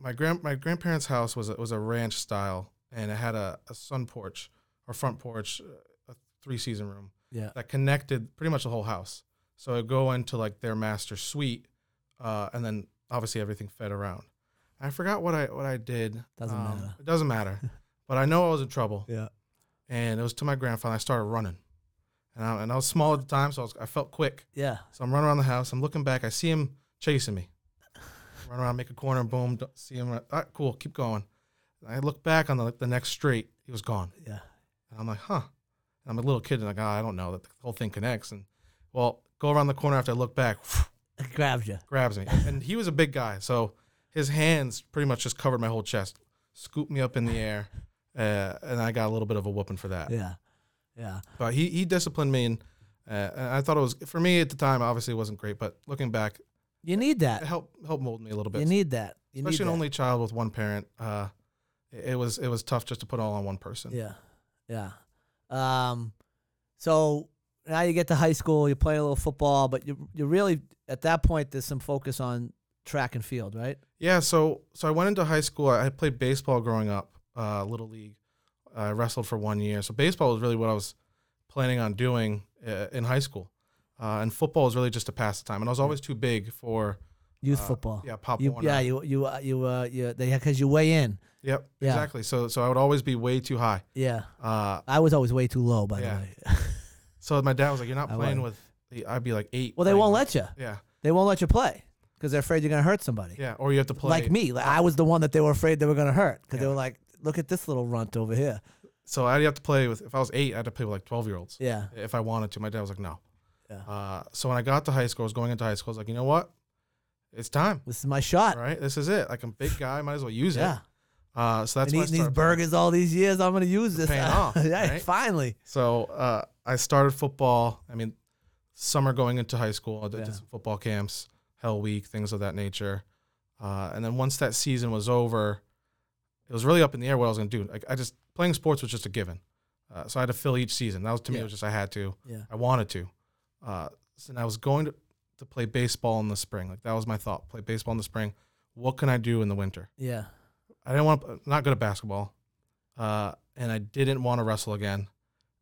[SPEAKER 2] my grand my grandparents' house was a, was a ranch style, and it had a, a sun porch or front porch, uh, a three season room
[SPEAKER 1] Yeah,
[SPEAKER 2] that connected pretty much the whole house. So it'd go into like their master suite, uh, and then obviously everything fed around. I forgot what I what I did. Um,
[SPEAKER 1] Doesn't matter.
[SPEAKER 2] It doesn't matter. but I know I was in trouble,
[SPEAKER 1] yeah,
[SPEAKER 2] and it was to my grandfather. I started running, and I, and I was small at the time, so I, was, I felt quick.
[SPEAKER 1] yeah.
[SPEAKER 2] So I'm running around the house. I'm looking back. I see him chasing me. Run around, make a corner, boom. d- See him. All right, cool. Keep going. I look back on the, the next street. He was gone.
[SPEAKER 1] Yeah.
[SPEAKER 2] And I'm like, huh. And I'm a little kid, and like, ah, I don't know that the whole thing connects. And well, go around the corner after I look back,
[SPEAKER 1] It grabbed you.
[SPEAKER 2] grabs me. And he was a big guy, so his hands pretty much just covered my whole chest, scooped me up in the air, uh, and I got a little bit of a whooping for that.
[SPEAKER 1] Yeah, yeah.
[SPEAKER 2] But he, he disciplined me, and, uh, and I thought it was for me at the time. Obviously, it wasn't great, but looking back,
[SPEAKER 1] You need that.
[SPEAKER 2] help help mold me a little
[SPEAKER 1] You
[SPEAKER 2] bit.
[SPEAKER 1] need that. You need
[SPEAKER 2] Especially an
[SPEAKER 1] that.
[SPEAKER 2] only child with one parent, uh, it, it was it was tough just to put all on one person.
[SPEAKER 1] Yeah, yeah. Um, so now you get to high school, you're playing a little football, but you you really at that point there's some focus on track and field, right?
[SPEAKER 2] Yeah, so so I went into high school. I I played baseball growing up, uh, little league. I wrestled for one year, so baseball was really what I was planning on doing uh, in high school, uh, and football was really just to pass the time. And I was always too big for
[SPEAKER 1] Youth
[SPEAKER 2] uh,
[SPEAKER 1] football.
[SPEAKER 2] Yeah, pop
[SPEAKER 1] You,
[SPEAKER 2] Warner.
[SPEAKER 1] yeah, you you uh, you uh you they because you weigh in.
[SPEAKER 2] Yep,
[SPEAKER 1] yeah.
[SPEAKER 2] exactly. So so I would always be way too high.
[SPEAKER 1] Yeah,
[SPEAKER 2] Uh,
[SPEAKER 1] I was always way too low, by
[SPEAKER 2] Yeah.
[SPEAKER 1] the way.
[SPEAKER 2] so my dad was like, "You're not
[SPEAKER 1] I
[SPEAKER 2] playing
[SPEAKER 1] was.
[SPEAKER 2] with." the-" I'd be like eight.
[SPEAKER 1] well, they
[SPEAKER 2] playing
[SPEAKER 1] won't
[SPEAKER 2] with-
[SPEAKER 1] let you.
[SPEAKER 2] Yeah,
[SPEAKER 1] They won't let you play because they're afraid you're gonna hurt somebody.
[SPEAKER 2] yeah. Or you have to play
[SPEAKER 1] Like me, like, I was the one that they were afraid they were gonna hurt because they
[SPEAKER 2] Yeah.
[SPEAKER 1] were like, "Look at this little runt over here."
[SPEAKER 2] So I'd have to play with if I was eight, I had to play with like twelve year olds
[SPEAKER 1] Yeah,
[SPEAKER 2] if I wanted to. My dad was like, no.
[SPEAKER 1] Yeah.
[SPEAKER 2] Uh, so when I got to high school, I was going into high school. I was like, you know what? It's time,
[SPEAKER 1] this is my shot.
[SPEAKER 2] right? This is it. Like I'm a big guy, might as well use
[SPEAKER 1] Yeah,
[SPEAKER 2] it. Uh, so that's
[SPEAKER 1] been
[SPEAKER 2] when I
[SPEAKER 1] eating these
[SPEAKER 2] started-
[SPEAKER 1] burgers all these years. I'm gonna use this.
[SPEAKER 2] It's paying off,
[SPEAKER 1] yeah,
[SPEAKER 2] right?
[SPEAKER 1] finally.
[SPEAKER 2] So uh, I started football. I mean, summer going into high school, I did
[SPEAKER 1] Yeah.
[SPEAKER 2] some football camps, Hell Week, things of that nature. Uh, and then once that season was over, it was really up in the air what I was going to do. Like I just playing sports was just a given. Uh, so I had to fill each season. That was to me,
[SPEAKER 1] Yeah.
[SPEAKER 2] it was just I had to.
[SPEAKER 1] Yeah.
[SPEAKER 2] I wanted to. Uh, so- and I was going to, to play baseball in the spring. Like that was my thought. Play baseball in the spring. What can I do in the winter?
[SPEAKER 1] Yeah.
[SPEAKER 2] I didn't want to, not good at basketball, uh, and I didn't want to wrestle again,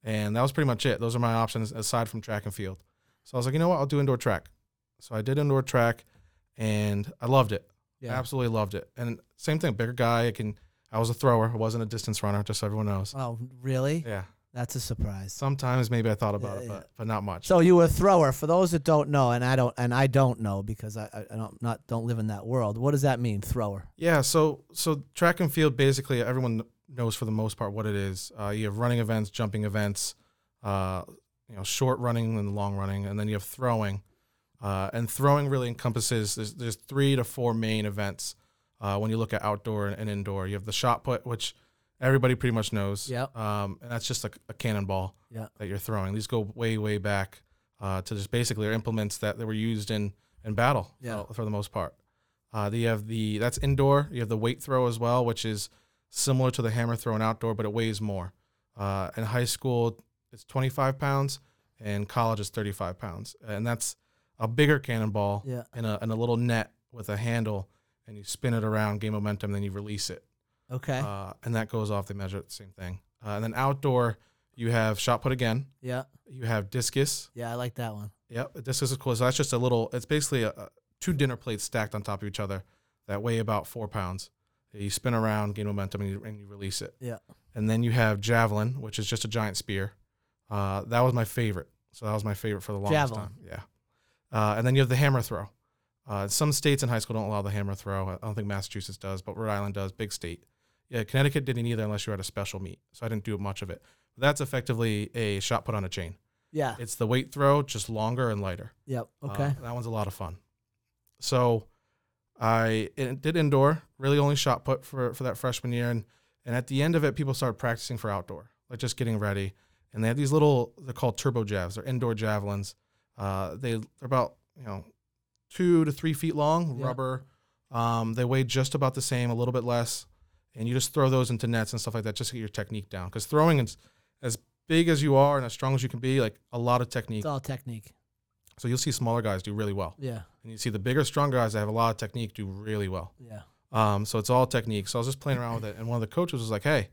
[SPEAKER 2] and that was pretty much it. Those are my options aside from track and field. So I was like, you know what, I'll do indoor track. So I did indoor track, and I loved it.
[SPEAKER 1] Yeah.
[SPEAKER 2] Absolutely loved it. And same thing, bigger guy. I can. I was a thrower. I wasn't a distance runner, just so everyone knows.
[SPEAKER 1] Oh, really?
[SPEAKER 2] Yeah.
[SPEAKER 1] That's a surprise.
[SPEAKER 2] Sometimes maybe I thought about
[SPEAKER 1] Yeah,
[SPEAKER 2] it,
[SPEAKER 1] yeah.
[SPEAKER 2] but but not much.
[SPEAKER 1] So you were a thrower. For those that don't know, and I don't, and I don't know because I, I- I don't not don't live in that world. What does that mean, thrower?
[SPEAKER 2] Yeah, so so track and field basically everyone knows for the most part what it is. Uh, you have running events, jumping events, uh, you know, short running and long running, and then you have throwing. Uh, and throwing really encompasses there's, there's three to four main events uh, when you look at outdoor and indoor. You have the shot put, which everybody pretty much knows.
[SPEAKER 1] Yep.
[SPEAKER 2] Um, and that's just like a cannonball
[SPEAKER 1] Yeah.
[SPEAKER 2] that you're throwing. These go way way back uh, to just basically are implements that they were used in in battle.
[SPEAKER 1] Yeah.
[SPEAKER 2] uh, for the most part. Uh, then you have the that's indoor. You have the weight throw as well, which is similar to the hammer throw and outdoor, but it weighs more. Uh, in high school, it's 25 pounds, and college is 35 pounds, and that's a bigger cannonball
[SPEAKER 1] Yeah.
[SPEAKER 2] in a in a little net with a handle, and you spin it around, gain momentum, then you release it,
[SPEAKER 1] Okay.
[SPEAKER 2] uh, and that goes off. They measure it the same thing. Uh, and then outdoor, you have shot put again.
[SPEAKER 1] yeah.
[SPEAKER 2] You have discus.
[SPEAKER 1] Yeah. I like that one.
[SPEAKER 2] Yep, this is cool. So that's just a little. It's basically a, a- two dinner plates stacked on top of each other, that weigh about four pounds. You spin around, gain momentum, and you, and you release it.
[SPEAKER 1] Yeah.
[SPEAKER 2] And then you have javelin, which is just a giant spear. Uh, that was my favorite. So that was my favorite for the longest
[SPEAKER 1] Javelin.
[SPEAKER 2] time. Yeah. Uh, and then you have the hammer throw. Uh, some states in high school don't allow the hammer throw. I don't think Massachusetts does, but Rhode Island does. Big state. Yeah, Connecticut didn't either, unless you were at a special meet. So I didn't do much of it. That's effectively a shot put on a chain.
[SPEAKER 1] Yeah.
[SPEAKER 2] It's the weight throw, just longer and lighter.
[SPEAKER 1] Yep.
[SPEAKER 2] Uh,
[SPEAKER 1] Okay.
[SPEAKER 2] that one's a lot of fun. So I it did indoor, really only shot put for, for that freshman year. And, and at the end of it, people started practicing for outdoor, like just getting ready. And they had these little, they're called turbo javs, they're indoor javelins. Uh, they, they're about, you know, two to three feet long,
[SPEAKER 1] Yeah.
[SPEAKER 2] rubber. Um, they weigh just about the same, a little bit less. And you just throw those into nets and stuff like that just to get your technique down. Because throwing is as big as you are and as strong as you can be, like a lot of technique.
[SPEAKER 1] it's all technique.
[SPEAKER 2] So you'll see smaller guys do really well
[SPEAKER 1] Yeah.
[SPEAKER 2] and you see the bigger, stronger guys that have a lot of technique do really well.
[SPEAKER 1] Yeah.
[SPEAKER 2] Um, so it's all technique. So I was just playing around with it, and one of the coaches was like, "Hey,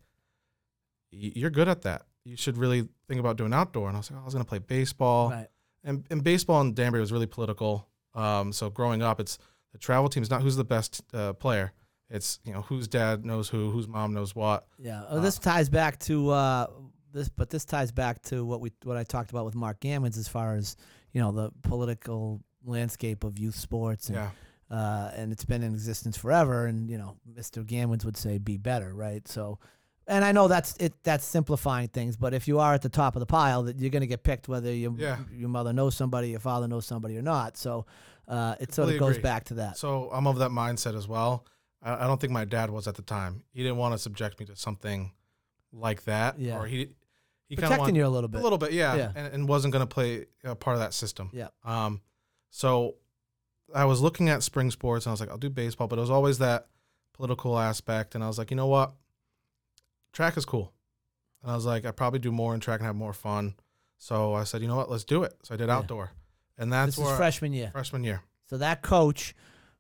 [SPEAKER 2] y- you're good at that. You should really think about doing outdoor." And I was like, "Oh, "I was going to play baseball,
[SPEAKER 1] Right.
[SPEAKER 2] and, and baseball in Danbury was really political. Um, so growing up, it's the travel team is not who's the best uh, player. It's you know whose dad knows who, whose mom knows what.
[SPEAKER 1] Yeah. Oh, this ties back to uh, this, but this ties back to what we what I talked about with Mark Gammons as far as you know the political landscape of youth sports. And,
[SPEAKER 2] Yeah,
[SPEAKER 1] Uh, and it's been in existence forever. And you know, Mr. Gammons would say, "Be better," right? So. And I know that's it. That's simplifying things, but if you are at the top of the pile, that you're going to get picked whether your
[SPEAKER 2] Yeah.
[SPEAKER 1] your mother knows somebody, your father knows somebody, or not. So uh, it sort of
[SPEAKER 2] Completely
[SPEAKER 1] goes
[SPEAKER 2] agree.
[SPEAKER 1] back to that.
[SPEAKER 2] so I'm of that mindset as well. I, I don't think my dad was at the time. He didn't want to subject me to something like that,
[SPEAKER 1] Yeah.
[SPEAKER 2] or he he kind of
[SPEAKER 1] Protecting you a little bit.
[SPEAKER 2] A little bit, yeah.
[SPEAKER 1] Yeah.
[SPEAKER 2] And, and wasn't going to play a part of that system.
[SPEAKER 1] Yeah.
[SPEAKER 2] Um, so I was looking at spring sports and I was like, I'll do baseball, but it was always that political aspect. And I was like, you know what? Track is cool. And I was like, I probably do more in track and have more fun. So I said, you know what? Let's do it. So I did
[SPEAKER 1] Yeah.
[SPEAKER 2] outdoor. And that's
[SPEAKER 1] This is
[SPEAKER 2] where
[SPEAKER 1] freshman year.
[SPEAKER 2] freshman year.
[SPEAKER 1] So that coach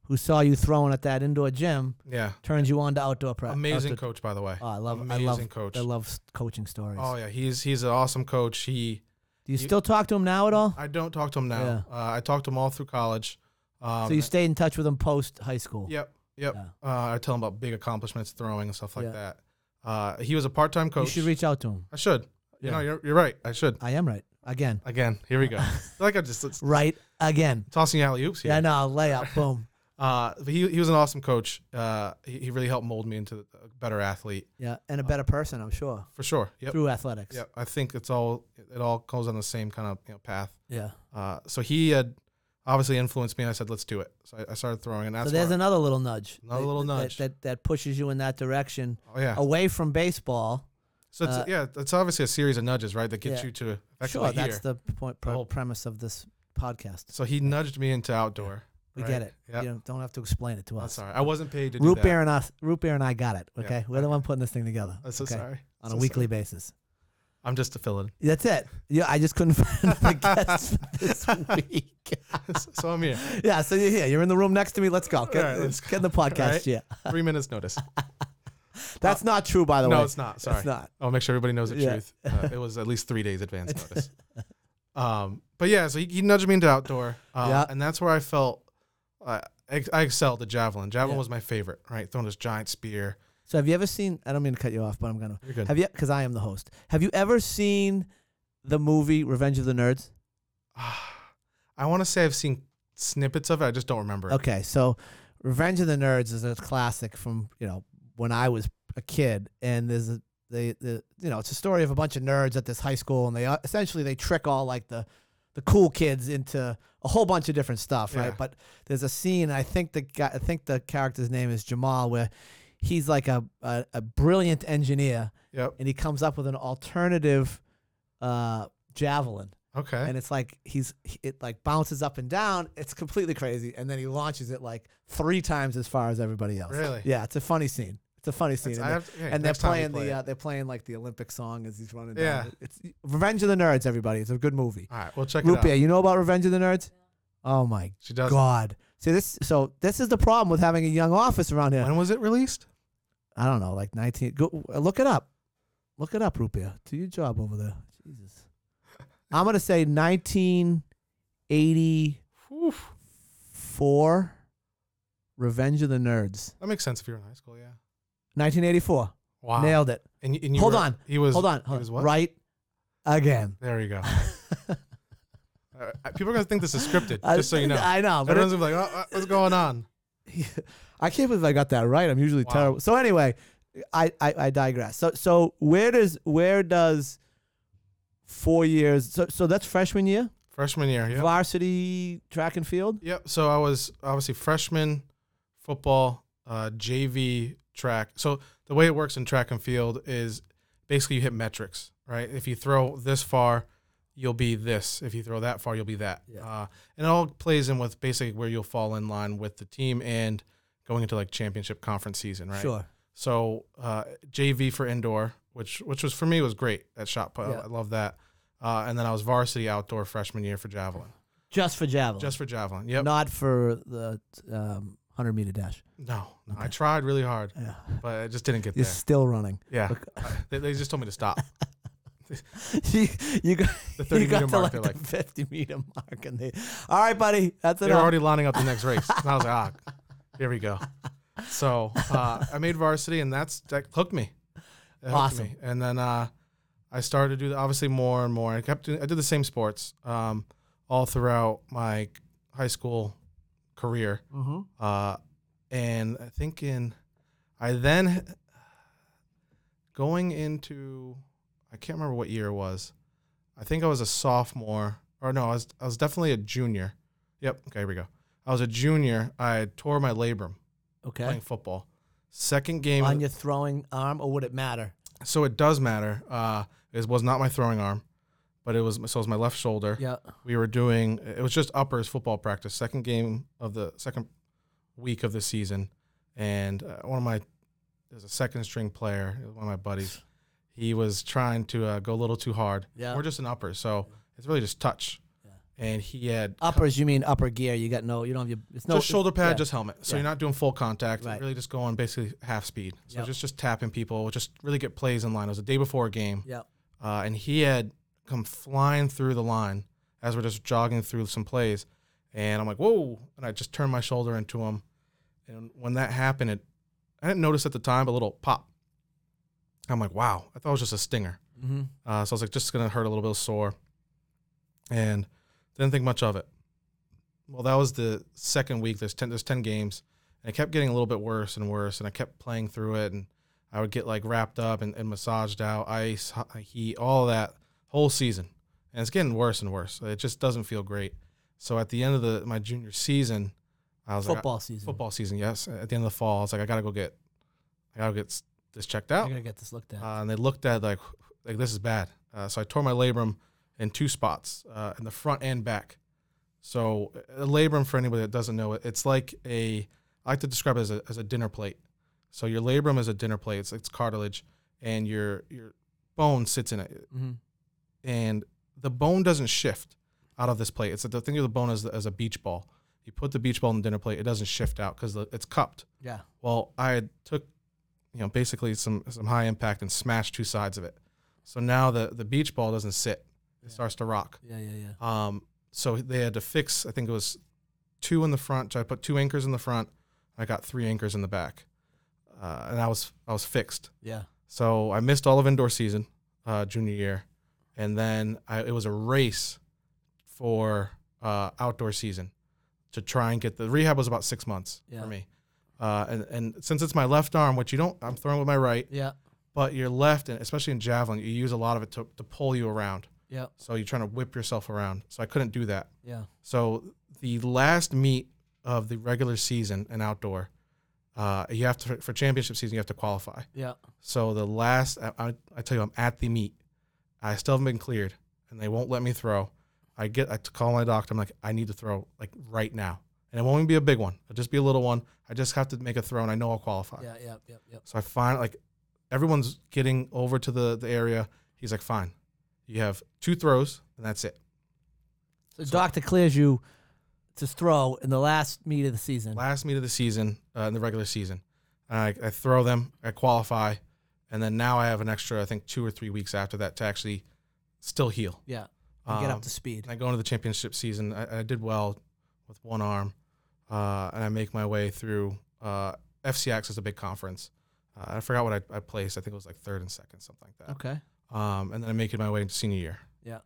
[SPEAKER 1] who saw you throwing at that indoor gym
[SPEAKER 2] Yeah.
[SPEAKER 1] turns you on to outdoor prep.
[SPEAKER 2] Amazing
[SPEAKER 1] outdoor-
[SPEAKER 2] coach, by the way.
[SPEAKER 1] Oh, I love.
[SPEAKER 2] Amazing
[SPEAKER 1] I love.
[SPEAKER 2] coach.
[SPEAKER 1] I love s- coaching stories.
[SPEAKER 2] Oh yeah, he's he's an awesome coach. He
[SPEAKER 1] Do you,
[SPEAKER 2] you-
[SPEAKER 1] still talk to him now at all?
[SPEAKER 2] I don't talk to him now. Uh, I talked to him all through college. Um,
[SPEAKER 1] so you stayed in touch with him post high school.
[SPEAKER 2] Yep, yep.
[SPEAKER 1] Yeah.
[SPEAKER 2] Uh, I tell him about big accomplishments, throwing and stuff like
[SPEAKER 1] Yeah.
[SPEAKER 2] that. Uh, he was a part-time
[SPEAKER 1] You
[SPEAKER 2] coach.
[SPEAKER 1] should reach out to him.
[SPEAKER 2] I should.
[SPEAKER 1] Yeah.
[SPEAKER 2] You know, you're, you're right. I should.
[SPEAKER 1] I am right again.
[SPEAKER 2] Again, here we go. I feel like I just it's
[SPEAKER 1] Right again.
[SPEAKER 2] tossing alley oops here.
[SPEAKER 1] Yeah. No layup. Boom.
[SPEAKER 2] Uh, but he he was an awesome coach. Uh, he, he really helped mold me into a better athlete
[SPEAKER 1] Yeah, and a better person, I'm sure,
[SPEAKER 2] for sure. Oh. Yep.
[SPEAKER 1] through athletics.
[SPEAKER 2] Yep. I think it's all it all goes on the same kind of you know path.
[SPEAKER 1] Yeah.
[SPEAKER 2] Uh, so he had obviously influenced me. and I said, let's do it. So I, I started throwing, and
[SPEAKER 1] so
[SPEAKER 2] that's
[SPEAKER 1] there's
[SPEAKER 2] where-
[SPEAKER 1] another little nudge.
[SPEAKER 2] Another
[SPEAKER 1] that-
[SPEAKER 2] little
[SPEAKER 1] that-
[SPEAKER 2] nudge.
[SPEAKER 1] that, that pushes you in that direction
[SPEAKER 2] oh yeah.
[SPEAKER 1] away from baseball.
[SPEAKER 2] So it's,
[SPEAKER 1] uh,
[SPEAKER 2] yeah, it's obviously a series of nudges, right, that gets
[SPEAKER 1] Yeah.
[SPEAKER 2] you to
[SPEAKER 1] sure,
[SPEAKER 2] actually here.
[SPEAKER 1] that's the point pre-
[SPEAKER 2] whole-
[SPEAKER 1] premise of this podcast.
[SPEAKER 2] So he nudged me into outdoor.
[SPEAKER 1] We
[SPEAKER 2] right?
[SPEAKER 1] get it.
[SPEAKER 2] Yeah.
[SPEAKER 1] You don't, don't have to explain it to
[SPEAKER 2] I'm
[SPEAKER 1] us.
[SPEAKER 2] sorry. I wasn't paid to do
[SPEAKER 1] Root
[SPEAKER 2] that.
[SPEAKER 1] Bear and us, Root Bear and I got it.
[SPEAKER 2] Yeah,
[SPEAKER 1] Okay, we're the
[SPEAKER 2] okay.
[SPEAKER 1] one putting this thing together.
[SPEAKER 2] I'm so
[SPEAKER 1] okay?
[SPEAKER 2] sorry.
[SPEAKER 1] on
[SPEAKER 2] So
[SPEAKER 1] a weekly basis.
[SPEAKER 2] sorry. I'm just a fill-in.
[SPEAKER 1] That's it. Yeah, I just couldn't find the guest for this week.
[SPEAKER 2] so I'm here.
[SPEAKER 1] yeah, so you're here. You're in the room next to me. Let's go. Get,
[SPEAKER 2] All right, let's
[SPEAKER 1] get in the podcast.
[SPEAKER 2] All right.
[SPEAKER 1] Yeah,
[SPEAKER 2] Three minutes notice.
[SPEAKER 1] that's not true, by the
[SPEAKER 2] no,
[SPEAKER 1] way.
[SPEAKER 2] it's not. Sorry.
[SPEAKER 1] It's not.
[SPEAKER 2] I'll make sure everybody knows the
[SPEAKER 1] Yeah.
[SPEAKER 2] truth. Uh, it was at least three days advance notice. Um, but yeah, so he, he nudged me into outdoor, uh,
[SPEAKER 1] Yeah.
[SPEAKER 2] and that's where I felt uh, ex- I excelled at javelin. Javelin
[SPEAKER 1] Yeah.
[SPEAKER 2] was my favorite. Right, throwing this giant spear.
[SPEAKER 1] So have you ever seen? I don't mean to cut you off, but I'm gonna.
[SPEAKER 2] You're good.
[SPEAKER 1] Have you? Because I am the host. Have you ever seen the movie Revenge of the Nerds?
[SPEAKER 2] I want to say I've seen snippets of it. I just don't remember. it.
[SPEAKER 1] Okay, so Revenge of the Nerds is a classic from you know when I was a kid, and there's a they the you know it's a story of a bunch of nerds at this high school, and they uh, essentially they trick all like the the cool kids into a whole bunch of different stuff,
[SPEAKER 2] Yeah.
[SPEAKER 1] right? But there's a scene I think the guy I think the character's name is Jamal where he's like a a, a brilliant engineer,
[SPEAKER 2] Yep.
[SPEAKER 1] and he comes up with an alternative uh, javelin
[SPEAKER 2] Okay.
[SPEAKER 1] and it's like he's it like bounces up and down. It's completely crazy, and then he launches it like three times as far as everybody else.
[SPEAKER 2] Really?
[SPEAKER 1] Yeah, it's a funny scene. It's a funny scene,
[SPEAKER 2] That's-
[SPEAKER 1] and,
[SPEAKER 2] I
[SPEAKER 1] they're,
[SPEAKER 2] have to- yeah,
[SPEAKER 1] and they're
[SPEAKER 2] next time we
[SPEAKER 1] playing
[SPEAKER 2] play
[SPEAKER 1] the
[SPEAKER 2] it.
[SPEAKER 1] uh, they're playing like the Olympic song as he's running
[SPEAKER 2] Yeah.
[SPEAKER 1] down. It's Revenge of the Nerds, everybody. It's a good movie.
[SPEAKER 2] All right, we'll check it out.
[SPEAKER 1] Rupiah, you know about Revenge of the Nerds? Oh my
[SPEAKER 2] She does.
[SPEAKER 1] god! See this? So this is the problem with having a young office around here.
[SPEAKER 2] When was it released?
[SPEAKER 1] I don't know, like nineteen. Go look it up. Look it up, Rupiah. Do your job over there. Jesus. I'm gonna say nineteen eighty.
[SPEAKER 2] Oof.
[SPEAKER 1] four Revenge of the Nerds,
[SPEAKER 2] That makes sense if you're in high school, yeah.
[SPEAKER 1] 1984.
[SPEAKER 2] Wow.
[SPEAKER 1] Nailed it.
[SPEAKER 2] And, y- and you
[SPEAKER 1] Hold
[SPEAKER 2] were-
[SPEAKER 1] on.
[SPEAKER 2] He was.
[SPEAKER 1] Hold on.
[SPEAKER 2] He
[SPEAKER 1] Hold
[SPEAKER 2] was
[SPEAKER 1] on.
[SPEAKER 2] what?
[SPEAKER 1] Right again.
[SPEAKER 2] There you go. All right. People are gonna think this is scripted,
[SPEAKER 1] I-
[SPEAKER 2] just so you know.
[SPEAKER 1] I know, but
[SPEAKER 2] Everyone's gonna be like, oh, uh, "What's going on?"
[SPEAKER 1] I can't believe I got that right. I'm usually
[SPEAKER 2] Wow.
[SPEAKER 1] terrible. So anyway, I, I I digress. So so where does where does four years? So so that's freshman year,
[SPEAKER 2] Freshman year, yeah.
[SPEAKER 1] varsity track and field.
[SPEAKER 2] Yep. So I was obviously freshman football, uh, JV track. So the way it works in track and field is basically you hit metrics, right? If you throw this far, you'll be this. If you throw that far, you'll be that.
[SPEAKER 1] Yeah.
[SPEAKER 2] Uh, and it all plays in with basically where you'll fall in line with the team and going into like championship conference season, right?
[SPEAKER 1] Sure.
[SPEAKER 2] So uh, JV for indoor, which which was for me was great at shot put.
[SPEAKER 1] Yeah.
[SPEAKER 2] I love that. Uh, and then I was varsity outdoor freshman year for javelin,
[SPEAKER 1] Just for javelin.
[SPEAKER 2] just for javelin. Yep.
[SPEAKER 1] not for the um, hundred meter dash.
[SPEAKER 2] No, no I tried really hard,
[SPEAKER 1] Yeah.
[SPEAKER 2] but I just didn't get
[SPEAKER 1] You're
[SPEAKER 2] there.
[SPEAKER 1] still running.
[SPEAKER 2] Yeah, I- they, they just told me to stop.
[SPEAKER 1] you, you got,
[SPEAKER 2] The 30
[SPEAKER 1] you got
[SPEAKER 2] meter
[SPEAKER 1] to like
[SPEAKER 2] mark, they're
[SPEAKER 1] the
[SPEAKER 2] like,
[SPEAKER 1] 50 meter mark. And they, all right, buddy, that's
[SPEAKER 2] they're
[SPEAKER 1] enough.
[SPEAKER 2] already lining up the next race. And I was like, ah, here we go. So uh, I made varsity, and that's that hooked me. That hooked
[SPEAKER 1] Awesome.
[SPEAKER 2] me. And then uh, I started to do the, obviously more and more. I kept doing, I did the same sports um, all throughout my high school career.
[SPEAKER 1] mm-hmm.
[SPEAKER 2] Uh, and I think in, I then going into, I can't remember what year it was. I think I was a sophomore, or no, I was I was definitely a junior. Yep. Okay, here we go. I was a junior. I tore my labrum
[SPEAKER 1] Okay.
[SPEAKER 2] playing football. Second game,
[SPEAKER 1] On your throwing arm, or would it matter?
[SPEAKER 2] so it does matter. Uh, it was not my throwing arm, but it was so it was my left shoulder
[SPEAKER 1] Yeah.
[SPEAKER 2] we were doing it was just uppers football practice second game of the second week of the season and uh, one of my there's a second string player one of my buddies he was trying to uh, go a little too hard
[SPEAKER 1] Yeah.
[SPEAKER 2] we're just an upper so it's really just touch
[SPEAKER 1] Yeah.
[SPEAKER 2] and he had
[SPEAKER 1] Uppers, you mean upper gear? You got no, you don't have your. It's no
[SPEAKER 2] just shoulder pad
[SPEAKER 1] yeah.
[SPEAKER 2] just helmet so
[SPEAKER 1] Yeah.
[SPEAKER 2] you're not doing full contact
[SPEAKER 1] Right.
[SPEAKER 2] really just going basically half speed so
[SPEAKER 1] Yep.
[SPEAKER 2] just just tapping people just really get plays in line it was the day before a game
[SPEAKER 1] Yeah.
[SPEAKER 2] uh, and he had come flying through the line as we're just jogging through some plays, and I'm like, whoa! And I just turned my shoulder into him, and when that happened, it I didn't notice at the time, but a little pop. I'm like, wow! I thought it was just a stinger,
[SPEAKER 1] Mm-hmm.
[SPEAKER 2] uh, so I was like, just gonna hurt a little bit, sore, and didn't think much of it. Well, that was the second week. There's ten. There's ten games, and it kept getting a little bit worse and worse. And I kept playing through it, and I would get like wrapped up and, and massaged out, ice, hot- heat, all of that whole season. And it's getting worse and worse. It just doesn't feel great. So at the end of the my junior season, I was like, "Ah,
[SPEAKER 1] Football season.
[SPEAKER 2] football season. Yes, at the end of the fall, I was like, I gotta go get, I gotta get s- this checked out.
[SPEAKER 1] I gotta get this looked at.
[SPEAKER 2] Uh, and they looked at like like this is bad. Uh, so I tore my labrum in two spots, uh, in the front and back. So a labrum, for anybody that doesn't know it, it's like a I like to describe it as a, as a dinner plate. So your labrum is a dinner plate. It's, it's cartilage, and your your bone sits in it,
[SPEAKER 1] hmm
[SPEAKER 2] and the bone doesn't shift out of this plate. It's the thing of the bone as as a beach ball. You put the beach ball in the dinner plate, it doesn't shift out because it's cupped.
[SPEAKER 1] Yeah.
[SPEAKER 2] Well, I had took, you know, basically some some high impact and smashed two sides of it. So now the the beach ball doesn't sit; it
[SPEAKER 1] Yeah.
[SPEAKER 2] starts to rock.
[SPEAKER 1] Yeah. Yeah. Yeah.
[SPEAKER 2] Um, so they had to fix. I think it was two in the front. So I put two anchors in the front. I got three anchors in the back, uh, and I was I was fixed.
[SPEAKER 1] Yeah.
[SPEAKER 2] So I missed all of indoor season, uh, junior year, and then I, it was a race for uh, outdoor season to try and get the rehab was about six months
[SPEAKER 1] Yeah.
[SPEAKER 2] for me. Uh, and, and since it's my left arm, which you don't, I'm throwing with my right,
[SPEAKER 1] Yeah.
[SPEAKER 2] but your left, and especially in javelin, you use a lot of it to, to pull you around.
[SPEAKER 1] Yeah.
[SPEAKER 2] So you're trying to whip yourself around. So I couldn't do that.
[SPEAKER 1] Yeah.
[SPEAKER 2] So the last meet of the regular season and outdoor, uh, you have to for championship season, you have to qualify.
[SPEAKER 1] Yeah.
[SPEAKER 2] So the last, I, I, I tell you, I'm at the meet. I still haven't been cleared, and they won't let me throw. I get, I t- call my doctor. I'm like, I need to throw like right now, and it won't even be a big one. It'll just be a little one. I just have to make a throw, and I know I'll qualify.
[SPEAKER 1] Yeah. Yeah. Yeah. Yeah.
[SPEAKER 2] So I find like everyone's getting over to the the area. He's like, fine, you have two throws, and that's it.
[SPEAKER 1] So,
[SPEAKER 2] So-
[SPEAKER 1] doctor clears you to throw in the last meet of the season.
[SPEAKER 2] Last meet of the season, uh, in the regular season, and I, I throw them. I qualify, and then now I have an extra, I think, two or three weeks after that to actually still heal.
[SPEAKER 1] Yeah. And get
[SPEAKER 2] Um,
[SPEAKER 1] up to speed.
[SPEAKER 2] and I go into the championship season. I, I did well with one arm. uh, and I make my way through. Uh, FCX is a big conference. Uh, I forgot what I, I placed. I think it was like third and second, something like that.
[SPEAKER 1] Okay.
[SPEAKER 2] Um, and then I'm making my way into senior year.
[SPEAKER 1] Yeah.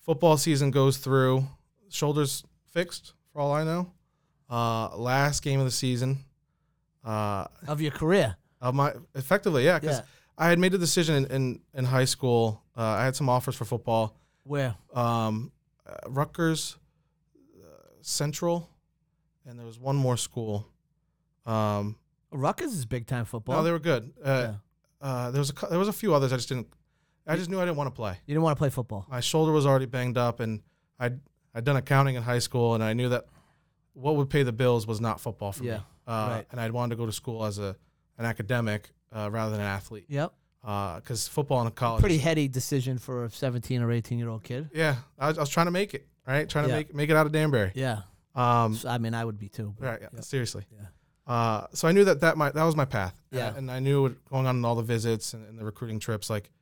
[SPEAKER 2] Football season goes through. Shoulders fixed, for all I know. Uh, last game of the season. Uh,
[SPEAKER 1] Of your career.
[SPEAKER 2] of my effectively, yeah, because
[SPEAKER 1] Yeah.
[SPEAKER 2] I had made a decision in in, in high school. Uh, I had some offers for football.
[SPEAKER 1] Where?
[SPEAKER 2] Um, uh, Rutgers uh, Central, and there was one more school. Um,
[SPEAKER 1] Rutgers is big time football.
[SPEAKER 2] no, they were good. Uh,
[SPEAKER 1] Yeah.
[SPEAKER 2] uh, there was a cou- there was a few others. I just didn't. I just knew I didn't want to play.
[SPEAKER 1] You didn't want to play football.
[SPEAKER 2] my shoulder was already banged up and I'd I'd done accounting in high school and I knew that what would pay the bills was not football for
[SPEAKER 1] Yeah,
[SPEAKER 2] me. Uh,
[SPEAKER 1] right.
[SPEAKER 2] and I'd wanted to go to school as a an academic uh, rather than an athlete
[SPEAKER 1] Yep.
[SPEAKER 2] because football in college.
[SPEAKER 1] Pretty heady decision for a 17 or 18 year old kid.
[SPEAKER 2] yeah, I was, I was trying to make it right, trying
[SPEAKER 1] Yeah.
[SPEAKER 2] to make make it out of Danbury.
[SPEAKER 1] Yeah.
[SPEAKER 2] Um,
[SPEAKER 1] So, I mean, I would be too. but
[SPEAKER 2] right, yeah,
[SPEAKER 1] yeah.
[SPEAKER 2] seriously.
[SPEAKER 1] Yeah.
[SPEAKER 2] Uh, so I knew that that might that was my path. And I-
[SPEAKER 1] Yeah.
[SPEAKER 2] and I knew what going on in all the visits and, and the recruiting trips, like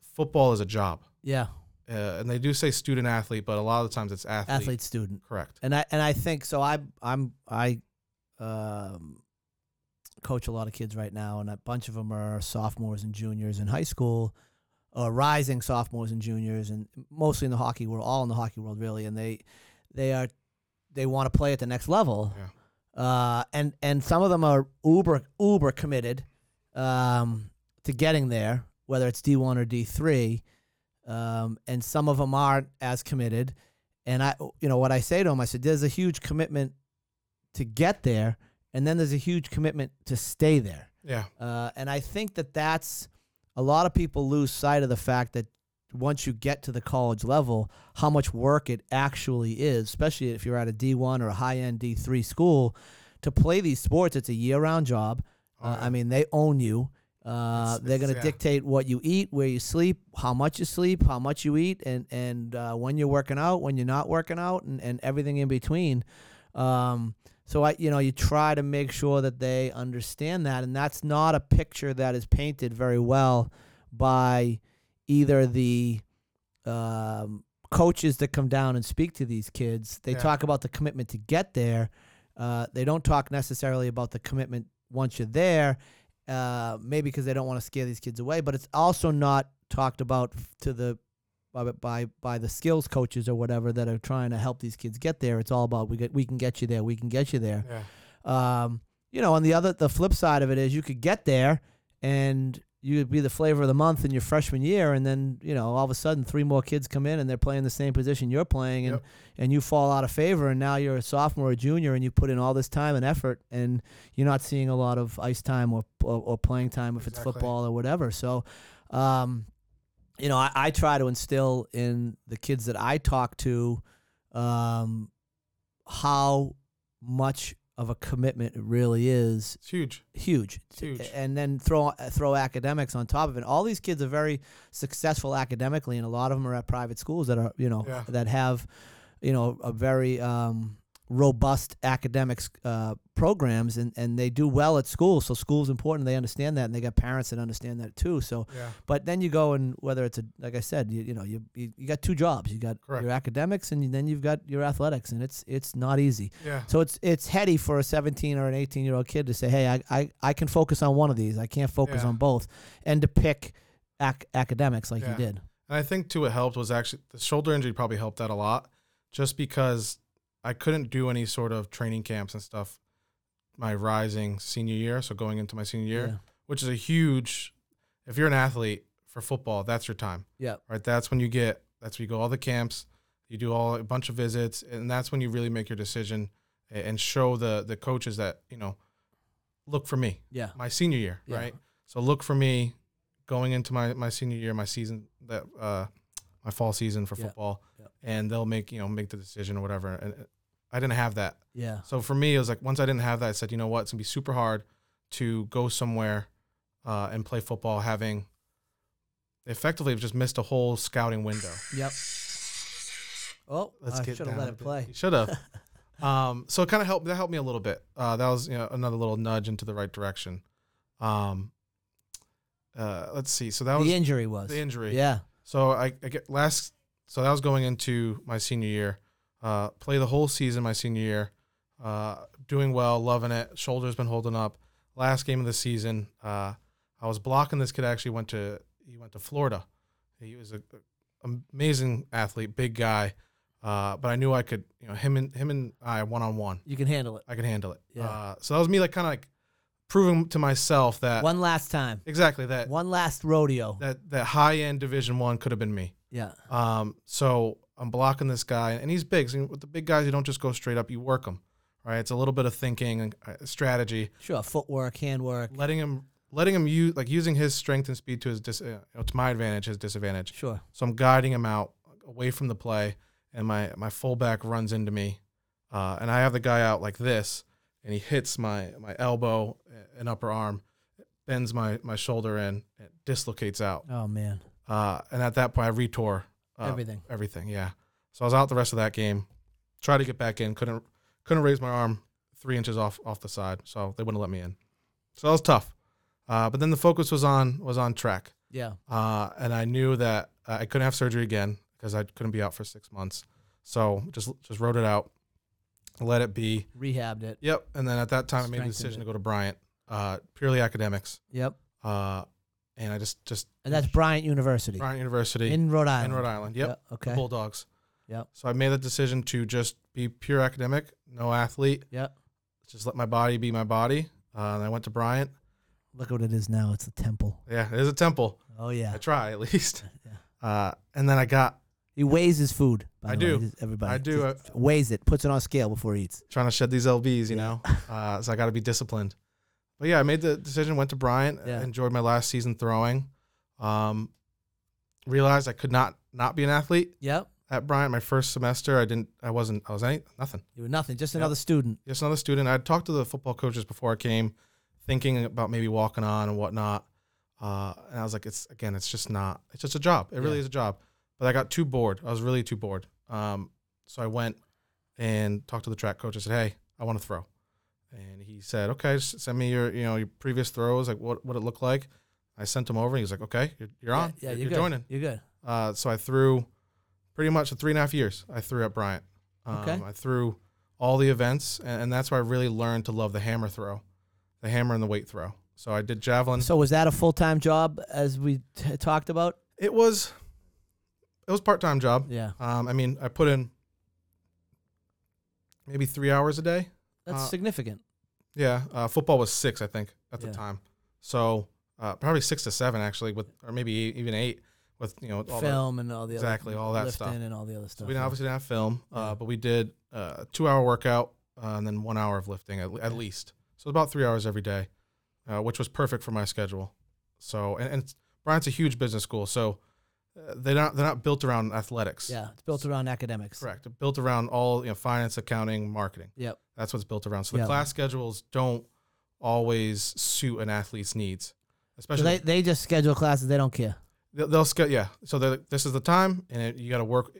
[SPEAKER 2] football is a job,
[SPEAKER 1] Yeah.
[SPEAKER 2] uh, and they do say student athlete, but a lot of the times it's athlete.
[SPEAKER 1] Athlete, student.
[SPEAKER 2] Correct.
[SPEAKER 1] And I and I think so. I I'm I um, coach a lot of kids right now, and a bunch of them are sophomores and juniors in high school, or rising sophomores and juniors, and mostly in the hockey world, all in the hockey world really. And they they are they want to play at the next level.
[SPEAKER 2] Yeah.
[SPEAKER 1] Uh, and and some of them are uber uber committed um, to getting there, whether it's D one or D three, um, and some of them aren't as committed. And I, oh, you know, what I say to them, I said, there's a huge commitment to get there, and then there's a huge commitment to stay there.
[SPEAKER 2] Yeah.
[SPEAKER 1] Uh, and I think that that's a lot of people lose sight of the fact that once you get to the college level, how much work it actually is, especially if you're at a D1 or a high end D3 school, to play these sports. It's a year round job.
[SPEAKER 2] Oh,
[SPEAKER 1] Uh,
[SPEAKER 2] yeah.
[SPEAKER 1] I mean, they own you. Uh,
[SPEAKER 2] It's-
[SPEAKER 1] they're
[SPEAKER 2] it's-
[SPEAKER 1] going to
[SPEAKER 2] yeah.
[SPEAKER 1] dictate what you eat, where you sleep, how much you sleep, how much you eat, and and uh, when you're working out, when you're not working out, and, and everything in between. Um, so I, you know, you try to make sure that they understand that, and that's not a picture that is painted very well by either the um, coaches that come down and speak to these kids. They
[SPEAKER 2] Yeah.
[SPEAKER 1] talk about the commitment to get there. Uh, they don't talk necessarily about the commitment once you're there, uh, maybe because they don't want to scare these kids away. But it's also not talked about f- to the by, by by the skills coaches or whatever that are trying to help these kids get there. It's all about we get we can get you there, we can get you there.
[SPEAKER 2] Yeah.
[SPEAKER 1] Um, you know, on the other the flip side of it is you could get there and you would be the flavor of the month in your freshman year and then, you know, all of a sudden three more kids come in and they're playing the same position you're playing and
[SPEAKER 2] Yep.
[SPEAKER 1] and you fall out of favor and now you're a sophomore or junior and you put in all this time and effort and you're not seeing a lot of ice time or or, or playing time if
[SPEAKER 2] Exactly.
[SPEAKER 1] it's football or whatever. So um you know, I, I try to instill in the kids that I talk to um, how much of a commitment it really is
[SPEAKER 2] It's huge.
[SPEAKER 1] huge.
[SPEAKER 2] It's huge.
[SPEAKER 1] And then throw uh, throw academics on top of it. All these kids are very successful academically, and a lot of them are at private schools that are you know
[SPEAKER 2] Yeah.
[SPEAKER 1] that have you know a very um, robust academics uh, programs, and and they do well at school. So school's important. They understand that, and they got parents that understand that too. So
[SPEAKER 2] Yeah.
[SPEAKER 1] but then you go and whether it's a like I said, you, you know, you, you you got two jobs. You got
[SPEAKER 2] Correct.
[SPEAKER 1] your academics and then you've got your athletics, and it's it's not easy.
[SPEAKER 2] Yeah.
[SPEAKER 1] So it's it's heady for a 17 or an 18 year old kid to say, hey, I, I I can focus on one of these. I can't focus
[SPEAKER 2] Yeah.
[SPEAKER 1] on both, and to pick ac- academics like
[SPEAKER 2] Yeah.
[SPEAKER 1] you did.
[SPEAKER 2] And I think too, it helped was actually the shoulder injury probably helped that a lot, just because I couldn't do any sort of training camps and stuff. My rising senior year, so going into my senior year, which is a huge. If you're an athlete for football, that's your time.
[SPEAKER 1] Yep.
[SPEAKER 2] Right. That's when you get. That's when you go all the camps. You do all a bunch of visits, and that's when you really make your decision a- and show the the coaches that you know. Look for me.
[SPEAKER 1] Yeah.
[SPEAKER 2] my senior year,
[SPEAKER 1] Yeah.
[SPEAKER 2] right? So look for me going into my, my senior year, my season that uh, my fall season for
[SPEAKER 1] Yeah.
[SPEAKER 2] football,
[SPEAKER 1] Yeah.
[SPEAKER 2] and they'll make you know make the decision or whatever. And uh, I didn't have that,
[SPEAKER 1] Yeah.
[SPEAKER 2] so for me it was like once I didn't have that, I said you know what, it's gonna be super hard to go somewhere uh, and play football having effectively just missed a whole scouting window.
[SPEAKER 1] Yep. Oh,
[SPEAKER 2] Let's
[SPEAKER 1] I
[SPEAKER 2] get
[SPEAKER 1] should have let it play.
[SPEAKER 2] Should have. um, so it kind of helped. That helped me a little bit. Uh, that was you know, another little nudge into the right direction. Um, uh, let's see. So that was
[SPEAKER 1] The injury was.
[SPEAKER 2] the injury.
[SPEAKER 1] Yeah.
[SPEAKER 2] So I, I get last. So that was going into my senior year. Uh, play the whole season my senior year. Uh, doing well, loving it. Shoulder's been holding up. Last game of the season, uh, I was blocking this kid. Actually, went to he went to Florida. He was a, a amazing athlete, big guy. Uh, but I knew I could, you know, him and him and I one on one,
[SPEAKER 1] You can handle it.
[SPEAKER 2] I could handle it.
[SPEAKER 1] Yeah.
[SPEAKER 2] Uh, so that was me, like kind of like proving to myself that
[SPEAKER 1] One last time.
[SPEAKER 2] exactly that
[SPEAKER 1] One last rodeo.
[SPEAKER 2] that that high end Division One could have been me.
[SPEAKER 1] Yeah.
[SPEAKER 2] Um, so I'm blocking this guy, and he's big. So with the big guys, you don't just go straight up; you work them. Right? It's a little bit of thinking and uh, strategy,
[SPEAKER 1] Sure. Footwork, handwork.
[SPEAKER 2] letting him letting him use like using his strength and speed to his dis, uh, you know, to my advantage, his disadvantage.
[SPEAKER 1] Sure.
[SPEAKER 2] So I'm guiding him out away from the play, and my my fullback runs into me, uh, and I have the guy out like this, and he hits my my elbow and upper arm, bends my my shoulder in, it dislocates out.
[SPEAKER 1] Oh man.
[SPEAKER 2] Uh, and at that point, I retore uh,
[SPEAKER 1] Everything.
[SPEAKER 2] Everything, yeah. So I was out the rest of that game. Tried to get back in, couldn't couldn't raise my arm three inches off off the side, so they wouldn't let me in. So that was tough. Uh, but then the focus was on was on track,
[SPEAKER 1] Yeah.
[SPEAKER 2] uh, and I knew that uh, I couldn't have surgery again because I couldn't be out for six months. So just just wrote it out, let it be.
[SPEAKER 1] Rehabbed it.
[SPEAKER 2] Yep. And then at that time, I made the
[SPEAKER 1] Strengthened
[SPEAKER 2] decision
[SPEAKER 1] it.
[SPEAKER 2] to go to Bryant, uh, purely academics,
[SPEAKER 1] Yep.
[SPEAKER 2] uh, and I just just
[SPEAKER 1] And that's Bryant University
[SPEAKER 2] Bryant University
[SPEAKER 1] in Rhode
[SPEAKER 2] in
[SPEAKER 1] Island.
[SPEAKER 2] Rhode Island. Yep.
[SPEAKER 1] Yeah, okay.
[SPEAKER 2] Bulldogs.
[SPEAKER 1] Yep.
[SPEAKER 2] So I made the decision to just be pure academic, no athlete,
[SPEAKER 1] Yep.
[SPEAKER 2] just let my body be my body. Uh, and I went to Bryant.
[SPEAKER 1] Look what it is now. It's the temple.
[SPEAKER 2] Yeah, it is a temple.
[SPEAKER 1] Oh yeah.
[SPEAKER 2] I try at least.
[SPEAKER 1] Yeah.
[SPEAKER 2] Uh, and then I got
[SPEAKER 1] He weighs his food. By
[SPEAKER 2] I
[SPEAKER 1] the way,
[SPEAKER 2] do.
[SPEAKER 1] just Everybody.
[SPEAKER 2] I do, uh,
[SPEAKER 1] Just weighs it. Puts it on a scale before he eats.
[SPEAKER 2] trying to shed these lbs, you know. Uh, so I got to be disciplined. But yeah, I made the decision. Went to Bryant.
[SPEAKER 1] Yeah.
[SPEAKER 2] Enjoyed my last season throwing. Um, realized I could not not be an athlete
[SPEAKER 1] Yep.
[SPEAKER 2] at Bryant. My first semester, I didn't. I wasn't. I was any nothing.
[SPEAKER 1] You were nothing. Just
[SPEAKER 2] Yep.
[SPEAKER 1] another student.
[SPEAKER 2] just another student. I'd talked to the football coaches before I came, thinking about maybe walking on and whatnot. Uh, and I was like, it's again, it's just not. It's just a job. It really
[SPEAKER 1] Yeah.
[SPEAKER 2] is a job. But I got too bored. I was really too bored. Um, so I went and talked to the track coach. I said, hey, I want to throw. And he said, okay, s- send me your you know your previous throws, like what what it looked like. I sent him over, and he was like, okay, you're, you're on.
[SPEAKER 1] Yeah. yeah,
[SPEAKER 2] you're,
[SPEAKER 1] you're,
[SPEAKER 2] you're
[SPEAKER 1] good.
[SPEAKER 2] joining.
[SPEAKER 1] You're good.
[SPEAKER 2] Uh, so I threw pretty much three and a half years. I threw at Bryant. Um,
[SPEAKER 1] Okay.
[SPEAKER 2] I threw all the events, and, and that's where I really learned to love the hammer throw, the hammer and the weight throw. So I did javelin.
[SPEAKER 1] Um, So was that a full time job as we t- talked about?
[SPEAKER 2] it was, it was part time job.
[SPEAKER 1] Yeah.
[SPEAKER 2] Um, I mean, I put in maybe three hours a day.
[SPEAKER 1] That's
[SPEAKER 2] Uh,
[SPEAKER 1] significant.
[SPEAKER 2] Yeah, uh, football was six, I think, at the
[SPEAKER 1] Yeah.
[SPEAKER 2] time. So uh, probably six to seven actually, with or maybe e- even eight with you know all the-
[SPEAKER 1] Film and all the
[SPEAKER 2] Exactly,
[SPEAKER 1] other,
[SPEAKER 2] all that
[SPEAKER 1] lifting
[SPEAKER 2] stuff.
[SPEAKER 1] and all the other stuff.
[SPEAKER 2] we didn't,
[SPEAKER 1] yeah.
[SPEAKER 2] obviously didn't have film,
[SPEAKER 1] Yeah.
[SPEAKER 2] uh, but we did uh, a two hour workout uh, and then one hour of lifting at, at least. So about three hours every day, uh, which was perfect for my schedule. So and, and it's- Bryant's a huge business school, so uh, they're not they're not built around athletics.
[SPEAKER 1] Yeah, it's built around academics.
[SPEAKER 2] correct. They're built around all you know, finance, accounting, marketing.
[SPEAKER 1] Yep.
[SPEAKER 2] That's what's built around. So the
[SPEAKER 1] Yeah.
[SPEAKER 2] class schedules don't always suit an athlete's needs,
[SPEAKER 1] So
[SPEAKER 2] especially
[SPEAKER 1] they, they just schedule classes. They don't care.
[SPEAKER 2] They'll, they'll sc- yeah. So they're like, this is the time, and it, you got to work,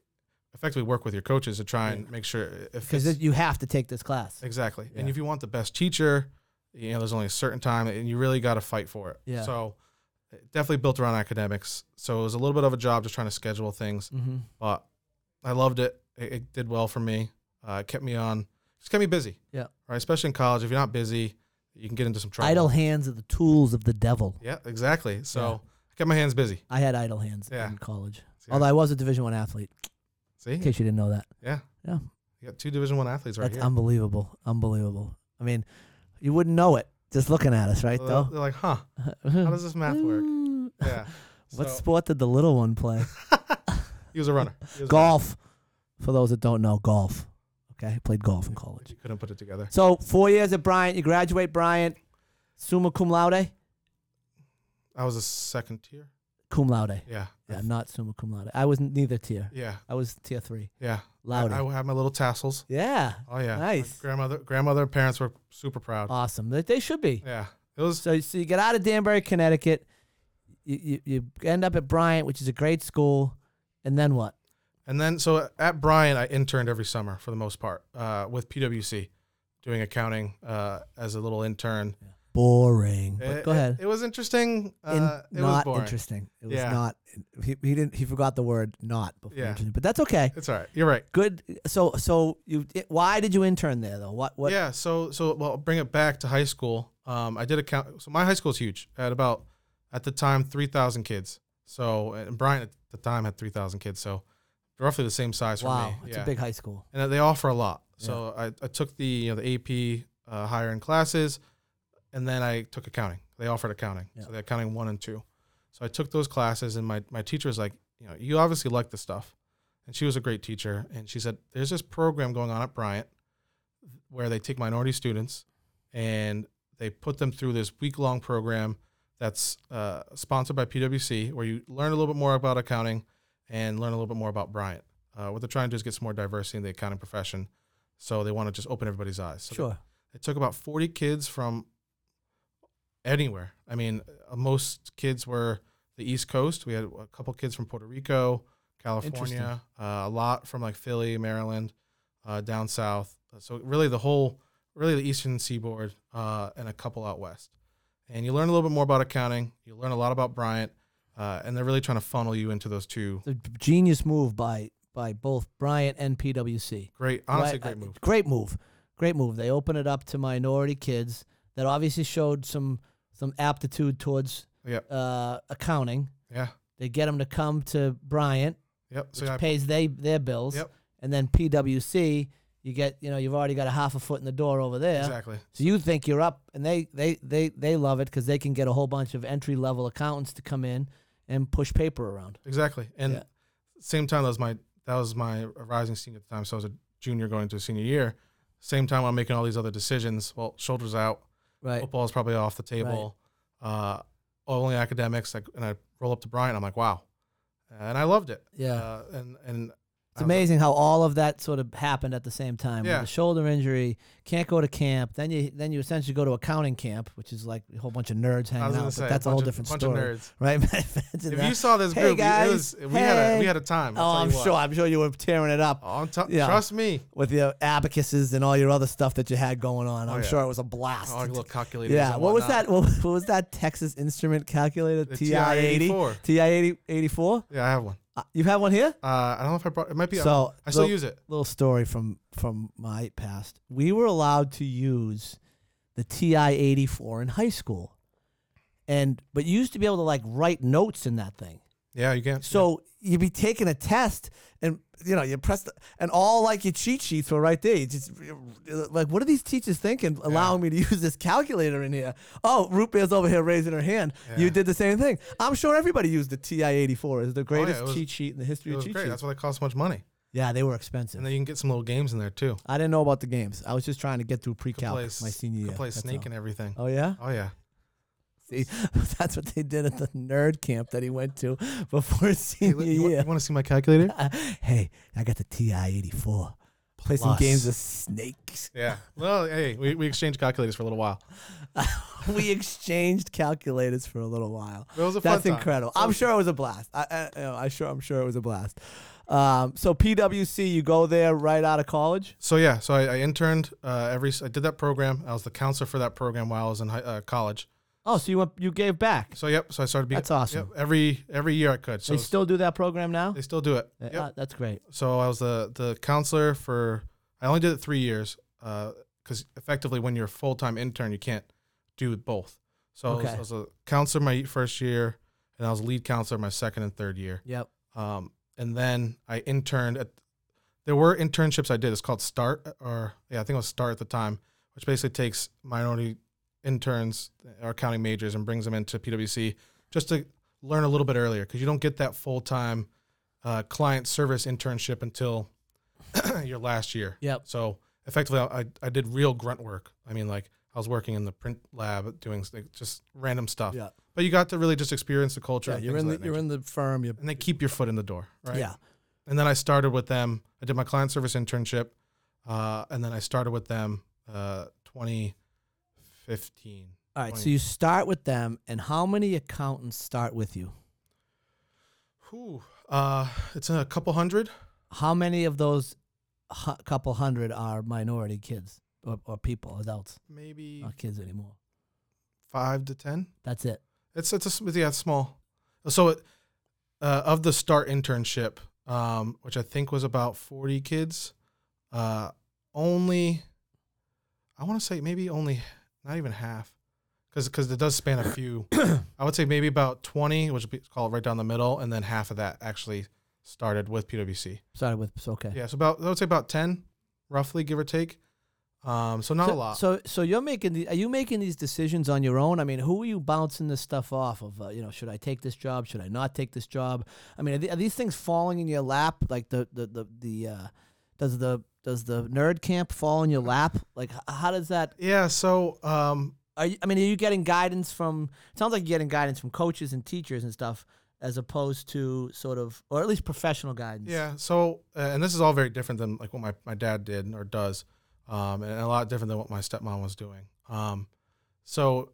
[SPEAKER 2] effectively work with your coaches to try and
[SPEAKER 1] Yeah.
[SPEAKER 2] make sure it- it fits.
[SPEAKER 1] Because you have to take this class.
[SPEAKER 2] exactly. And
[SPEAKER 1] Yeah.
[SPEAKER 2] if you want the best teacher, you know, there's only a certain time, and you really got to fight for it.
[SPEAKER 1] Yeah.
[SPEAKER 2] So it definitely built around academics. So it was a little bit of a job just trying to schedule things,
[SPEAKER 1] Mm-hmm.
[SPEAKER 2] but I loved it. It, it did well for me. Uh, it kept me on, just kept me busy.
[SPEAKER 1] Yeah.
[SPEAKER 2] Right. Especially in college, if you're not busy, you can get into some trouble.
[SPEAKER 1] Idle hands are the tools of the devil.
[SPEAKER 2] Yeah. Exactly. So
[SPEAKER 1] Yeah.
[SPEAKER 2] I kept my hands busy.
[SPEAKER 1] I had idle hands
[SPEAKER 2] Yeah.
[SPEAKER 1] in college.
[SPEAKER 2] See?
[SPEAKER 1] Although I was a Division One athlete,
[SPEAKER 2] See.
[SPEAKER 1] in case you didn't know that.
[SPEAKER 2] Yeah.
[SPEAKER 1] Yeah.
[SPEAKER 2] You got two Division One athletes right
[SPEAKER 1] That's
[SPEAKER 2] here.
[SPEAKER 1] unbelievable. Unbelievable. I mean, you wouldn't know it just looking at us, right,
[SPEAKER 2] Well,
[SPEAKER 1] though?
[SPEAKER 2] They're like, huh? How does this math work? Yeah.
[SPEAKER 1] What
[SPEAKER 2] So,
[SPEAKER 1] sport did the little one play?
[SPEAKER 2] he was a runner. He was a
[SPEAKER 1] golf. For those that don't know, golf. Okay, I played golf in
[SPEAKER 2] runner.
[SPEAKER 1] college.
[SPEAKER 2] He couldn't put it together.
[SPEAKER 1] So four years at Bryant, you graduate Bryant, summa cum laude,
[SPEAKER 2] I was a second tier.
[SPEAKER 1] cum laude.
[SPEAKER 2] Yeah.
[SPEAKER 1] Yeah, not summa cum laude. I was neither tier.
[SPEAKER 2] Yeah.
[SPEAKER 1] I was tier three.
[SPEAKER 2] Yeah.
[SPEAKER 1] Laude.
[SPEAKER 2] I, I had my little tassels.
[SPEAKER 1] yeah,
[SPEAKER 2] Oh yeah. My
[SPEAKER 1] Nice.
[SPEAKER 2] grandmother, grandmother, and parents were super proud.
[SPEAKER 1] awesome. They, they should be.
[SPEAKER 2] yeah. It was.
[SPEAKER 1] So, so you get out of Danbury, Connecticut. You, you, you end up at Bryant, which is a great school, and then what?
[SPEAKER 2] And then so at Bryant, I interned every summer for the most part uh, with PwC, doing accounting uh, as a little intern.
[SPEAKER 1] Yeah. boring. But
[SPEAKER 2] It-
[SPEAKER 1] go ahead.
[SPEAKER 2] It, it was interesting.
[SPEAKER 1] In-
[SPEAKER 2] Uh, it was
[SPEAKER 1] not
[SPEAKER 2] boring.
[SPEAKER 1] interesting. It was
[SPEAKER 2] Yeah.
[SPEAKER 1] not. He, he didn't. He forgot the word "not" before,
[SPEAKER 2] Yeah.
[SPEAKER 1] interesting, but that's okay.
[SPEAKER 2] It's all right. You're right.
[SPEAKER 1] Good. So so you. It, why did you intern there though? What what?
[SPEAKER 2] Yeah. So so well, I'll bring it back to high school. Um, I did account. So my high school is huge. I had about at the time three thousand kids. So and Brian at the time had three thousand kids. So roughly the same size for
[SPEAKER 1] wow,
[SPEAKER 2] me.
[SPEAKER 1] it's
[SPEAKER 2] yeah.
[SPEAKER 1] a big high school.
[SPEAKER 2] and they offer a lot. So I, I took the you know the AP uh, higher end classes, and then I took accounting. They offered accounting,
[SPEAKER 1] Yeah.
[SPEAKER 2] so they had accounting one and two. So I took those classes, and my my teacher was like, you know, you obviously like this stuff, and she was a great teacher, and she said, there's this program going on at Bryant where they take minority students and they put them through this week long program that's uh, sponsored by PwC, where you learn a little bit more about accounting and learn a little bit more about Bryant. Uh, what they're trying to do is get some more diversity in the accounting profession. So they want to just open everybody's eyes. So
[SPEAKER 1] sure.
[SPEAKER 2] It took about 40 kids from anywhere. I mean, uh, most kids were the East Coast. We had a couple kids from Puerto Rico, California, uh, a lot from like Philly, Maryland, uh, down south. So really the whole, really the Eastern Seaboard, uh, and a couple out west. And you learn a little bit more about accounting. You learn a lot about Bryant, uh, and they're really trying to funnel you into those two
[SPEAKER 1] The genius move by by both Bryant and PwC.
[SPEAKER 2] great, honestly
[SPEAKER 1] Right,
[SPEAKER 2] great
[SPEAKER 1] uh,
[SPEAKER 2] move.
[SPEAKER 1] Great move. Great move. They open it up to minority kids that obviously showed some some aptitude towards
[SPEAKER 2] Yeah.
[SPEAKER 1] uh, accounting.
[SPEAKER 2] Yeah.
[SPEAKER 1] They get them to come to Bryant,
[SPEAKER 2] Yep. So
[SPEAKER 1] which
[SPEAKER 2] I,
[SPEAKER 1] pays they their bills,
[SPEAKER 2] Yep.
[SPEAKER 1] and then PwC. You get, you know, you've already got a half a foot in the door over there.
[SPEAKER 2] exactly.
[SPEAKER 1] So you think you're up, and they they they they love it because they can get a whole bunch of entry level accountants to come in and push paper around.
[SPEAKER 2] Exactly. And
[SPEAKER 1] Yeah.
[SPEAKER 2] same time that was my that was my rising senior at the time. So I was a junior going into senior year. Same time I'm making all these other decisions. Well, shoulders out.
[SPEAKER 1] Right.
[SPEAKER 2] Football is probably off the table. Uh, only academics. Like, and I roll up to Brian. I'm like, wow, and I loved it.
[SPEAKER 1] Yeah.
[SPEAKER 2] Uh, and and
[SPEAKER 1] It's amazing how all of that sort of happened at the same time. With
[SPEAKER 2] Yeah.
[SPEAKER 1] The shoulder injury, can't go to camp. Then you then you essentially go to accounting camp, which is like a whole bunch of nerds
[SPEAKER 2] I was, I was
[SPEAKER 1] hanging
[SPEAKER 2] gonna
[SPEAKER 1] out.
[SPEAKER 2] say
[SPEAKER 1] But that's a
[SPEAKER 2] bunch
[SPEAKER 1] whole
[SPEAKER 2] of-
[SPEAKER 1] different
[SPEAKER 2] bunch
[SPEAKER 1] story,
[SPEAKER 2] of nerds.
[SPEAKER 1] right? Imagine
[SPEAKER 2] If
[SPEAKER 1] that.
[SPEAKER 2] you saw this
[SPEAKER 1] Hey,
[SPEAKER 2] group,
[SPEAKER 1] guys.
[SPEAKER 2] it was, we had a we
[SPEAKER 1] Hey.
[SPEAKER 2] had a time. I'll
[SPEAKER 1] oh,
[SPEAKER 2] tell
[SPEAKER 1] I'm
[SPEAKER 2] you what.
[SPEAKER 1] sure. I'm sure you were tearing it up
[SPEAKER 2] Oh, I'm t-
[SPEAKER 1] Yeah.
[SPEAKER 2] Trust me.
[SPEAKER 1] with your abacuses and all your other stuff that you had going on. I'm
[SPEAKER 2] Oh, yeah.
[SPEAKER 1] sure it was a blast.
[SPEAKER 2] Oh, like little calculators.
[SPEAKER 1] yeah.
[SPEAKER 2] and
[SPEAKER 1] What was
[SPEAKER 2] whatnot.
[SPEAKER 1] that? What, what was that Texas instrument calculator?
[SPEAKER 2] The
[SPEAKER 1] TI eighty.
[SPEAKER 2] TI-84.
[SPEAKER 1] TI eighty eighty four.
[SPEAKER 2] Yeah, I have one.
[SPEAKER 1] You have one here.
[SPEAKER 2] Uh, I don't know if I brought. It might be.
[SPEAKER 1] So
[SPEAKER 2] I still
[SPEAKER 1] the-
[SPEAKER 2] use it.
[SPEAKER 1] little story from from my past. We were allowed to use the TI eighty four in high school, and but you used to be able to like write notes in that thing.
[SPEAKER 2] Yeah, you can.
[SPEAKER 1] So you'd be taking a test, and you know you press the, and all like your cheat sheets were right there. You just like what are these teachers thinking, allowing me to use this calculator in here? Oh, root beer's over here raising her hand. You
[SPEAKER 2] Yeah. Oh,
[SPEAKER 1] did the same thing. I'm sure everybody used the TI eighty four. Is the greatest
[SPEAKER 2] it was-
[SPEAKER 1] cheat sheet in the history
[SPEAKER 2] It
[SPEAKER 1] of
[SPEAKER 2] was
[SPEAKER 1] cheat
[SPEAKER 2] great.
[SPEAKER 1] sheets.
[SPEAKER 2] That's why they cost so much money.
[SPEAKER 1] yeah, they were expensive.
[SPEAKER 2] And then you can get some little games in there too.
[SPEAKER 1] I didn't know about the games. I was just trying to get through
[SPEAKER 2] Could
[SPEAKER 1] pre-calc
[SPEAKER 2] play,
[SPEAKER 1] my
[SPEAKER 2] s-
[SPEAKER 1] senior year.
[SPEAKER 2] Could play
[SPEAKER 1] that's
[SPEAKER 2] Snake
[SPEAKER 1] all.
[SPEAKER 2] and everything.
[SPEAKER 1] Oh yeah,
[SPEAKER 2] Oh yeah.
[SPEAKER 1] see, that's what they did at the nerd camp that he went to before his
[SPEAKER 2] Hey,
[SPEAKER 1] senior
[SPEAKER 2] look, you,
[SPEAKER 1] year.
[SPEAKER 2] want to see my calculator?
[SPEAKER 1] hey, I got the TI eighty four. Play some
[SPEAKER 2] Plus.
[SPEAKER 1] games of snakes.
[SPEAKER 2] yeah. Well, hey, we, we exchanged calculators for a little while.
[SPEAKER 1] we exchanged calculators for a little while.
[SPEAKER 2] It was a fun
[SPEAKER 1] That's
[SPEAKER 2] time.
[SPEAKER 1] incredible. I'm sure it was a blast. I, I, you know, I sure, I'm sure it was a blast. Um, so PWC, you go there right out of college.
[SPEAKER 2] So yeah, so I, I interned uh, every. s- I did that program. I was the counselor for that program while I was in high, uh, college.
[SPEAKER 1] Oh, so you went, you gave back.
[SPEAKER 2] So yep. So I started. Being,
[SPEAKER 1] That's awesome.
[SPEAKER 2] Yep, every every year I could. So
[SPEAKER 1] they still do that program now.
[SPEAKER 2] they still do it.
[SPEAKER 1] Uh,
[SPEAKER 2] Yep.
[SPEAKER 1] ah, that's great.
[SPEAKER 2] So I was the the counselor for. I only did it three years, because effectively when you're a full time intern, you can't do both. So I was-
[SPEAKER 1] Okay.
[SPEAKER 2] I, was, a counselor my first year, and I was lead counselor my second and third year.
[SPEAKER 1] Yep.
[SPEAKER 2] Um, and then I interned at. There were internships I did. It's called Start, or yeah, I think it was Start at the time, which basically takes minority interns or accounting majors and brings them into PwC just to learn a little bit earlier because you don't get that full time uh, client service internship until your last year.
[SPEAKER 1] Yep.
[SPEAKER 2] So effectively, I, I- I did real grunt work. I mean, like I was working in the print lab doing like, just random stuff.
[SPEAKER 1] Yeah.
[SPEAKER 2] But you got to really just experience the culture.
[SPEAKER 1] Yeah,
[SPEAKER 2] and
[SPEAKER 1] you're
[SPEAKER 2] things
[SPEAKER 1] in
[SPEAKER 2] of
[SPEAKER 1] the
[SPEAKER 2] that
[SPEAKER 1] you're
[SPEAKER 2] nature.
[SPEAKER 1] in the firm. You
[SPEAKER 2] and they keep your foot in the door, right?
[SPEAKER 1] yeah.
[SPEAKER 2] and then I started with them. I did my client service internship, uh, and then I started with them uh, 2015.
[SPEAKER 1] All right. So
[SPEAKER 2] Twenty.
[SPEAKER 1] you start with them, and how many accountants start with you?
[SPEAKER 2] Whew. Uh, it's a couple hundred.
[SPEAKER 1] How many of those hu- couple hundred are minority kids or, or people adults,
[SPEAKER 2] Maybe
[SPEAKER 1] not kids anymore?
[SPEAKER 2] five to ten.
[SPEAKER 1] That's it.
[SPEAKER 2] It's it's a, s- yeah, it's small. So it, uh, of the start internship, um, which I think was about forty kids, uh, only I want to say maybe only not even half, because it does span a few. I would say maybe about twenty, which would be called right down the middle, and then half of that actually started with PwC.
[SPEAKER 1] Started with so okay.
[SPEAKER 2] Yeah, so about I would say about ten, roughly give or take. Um, so not
[SPEAKER 1] so,
[SPEAKER 2] a lot.
[SPEAKER 1] So so you're making the, are you making these decisions on your own? I mean, who are you bouncing this stuff off of? Uh, you know, should I take this job? Should I not take this job? I mean, are, the, are these things falling in your lap? Like the the the, the uh, does the does the nerd camp fall in your lap? Like h- how does that?
[SPEAKER 2] yeah, so um,
[SPEAKER 1] Are you, I mean, are you getting guidance from? It sounds like you're getting guidance from coaches and teachers and stuff, as opposed to sort of, or at least professional guidance.
[SPEAKER 2] Yeah. So, uh, and this is all very different than like what my, my dad did or does, um, and a lot different than what my stepmom was doing. Um, so,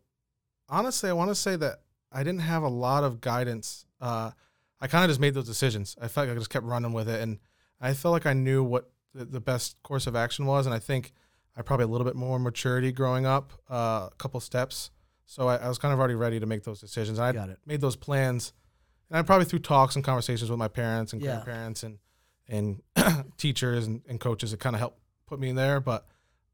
[SPEAKER 2] honestly, I want to say that I didn't have a lot of guidance. Uh, I kind of just made those decisions. I felt like I just kept running with it, and I felt like I knew what the, the best course of action was. And I think I probably a little bit more maturity growing up, uh, a couple steps. So I, I was kind of already ready to make those decisions. I
[SPEAKER 1] Got it.
[SPEAKER 2] made those plans, and I probably through talks and conversations with my parents and
[SPEAKER 1] Yeah.
[SPEAKER 2] grandparents and and teachers and, and coaches, it kind of helped put me in there. But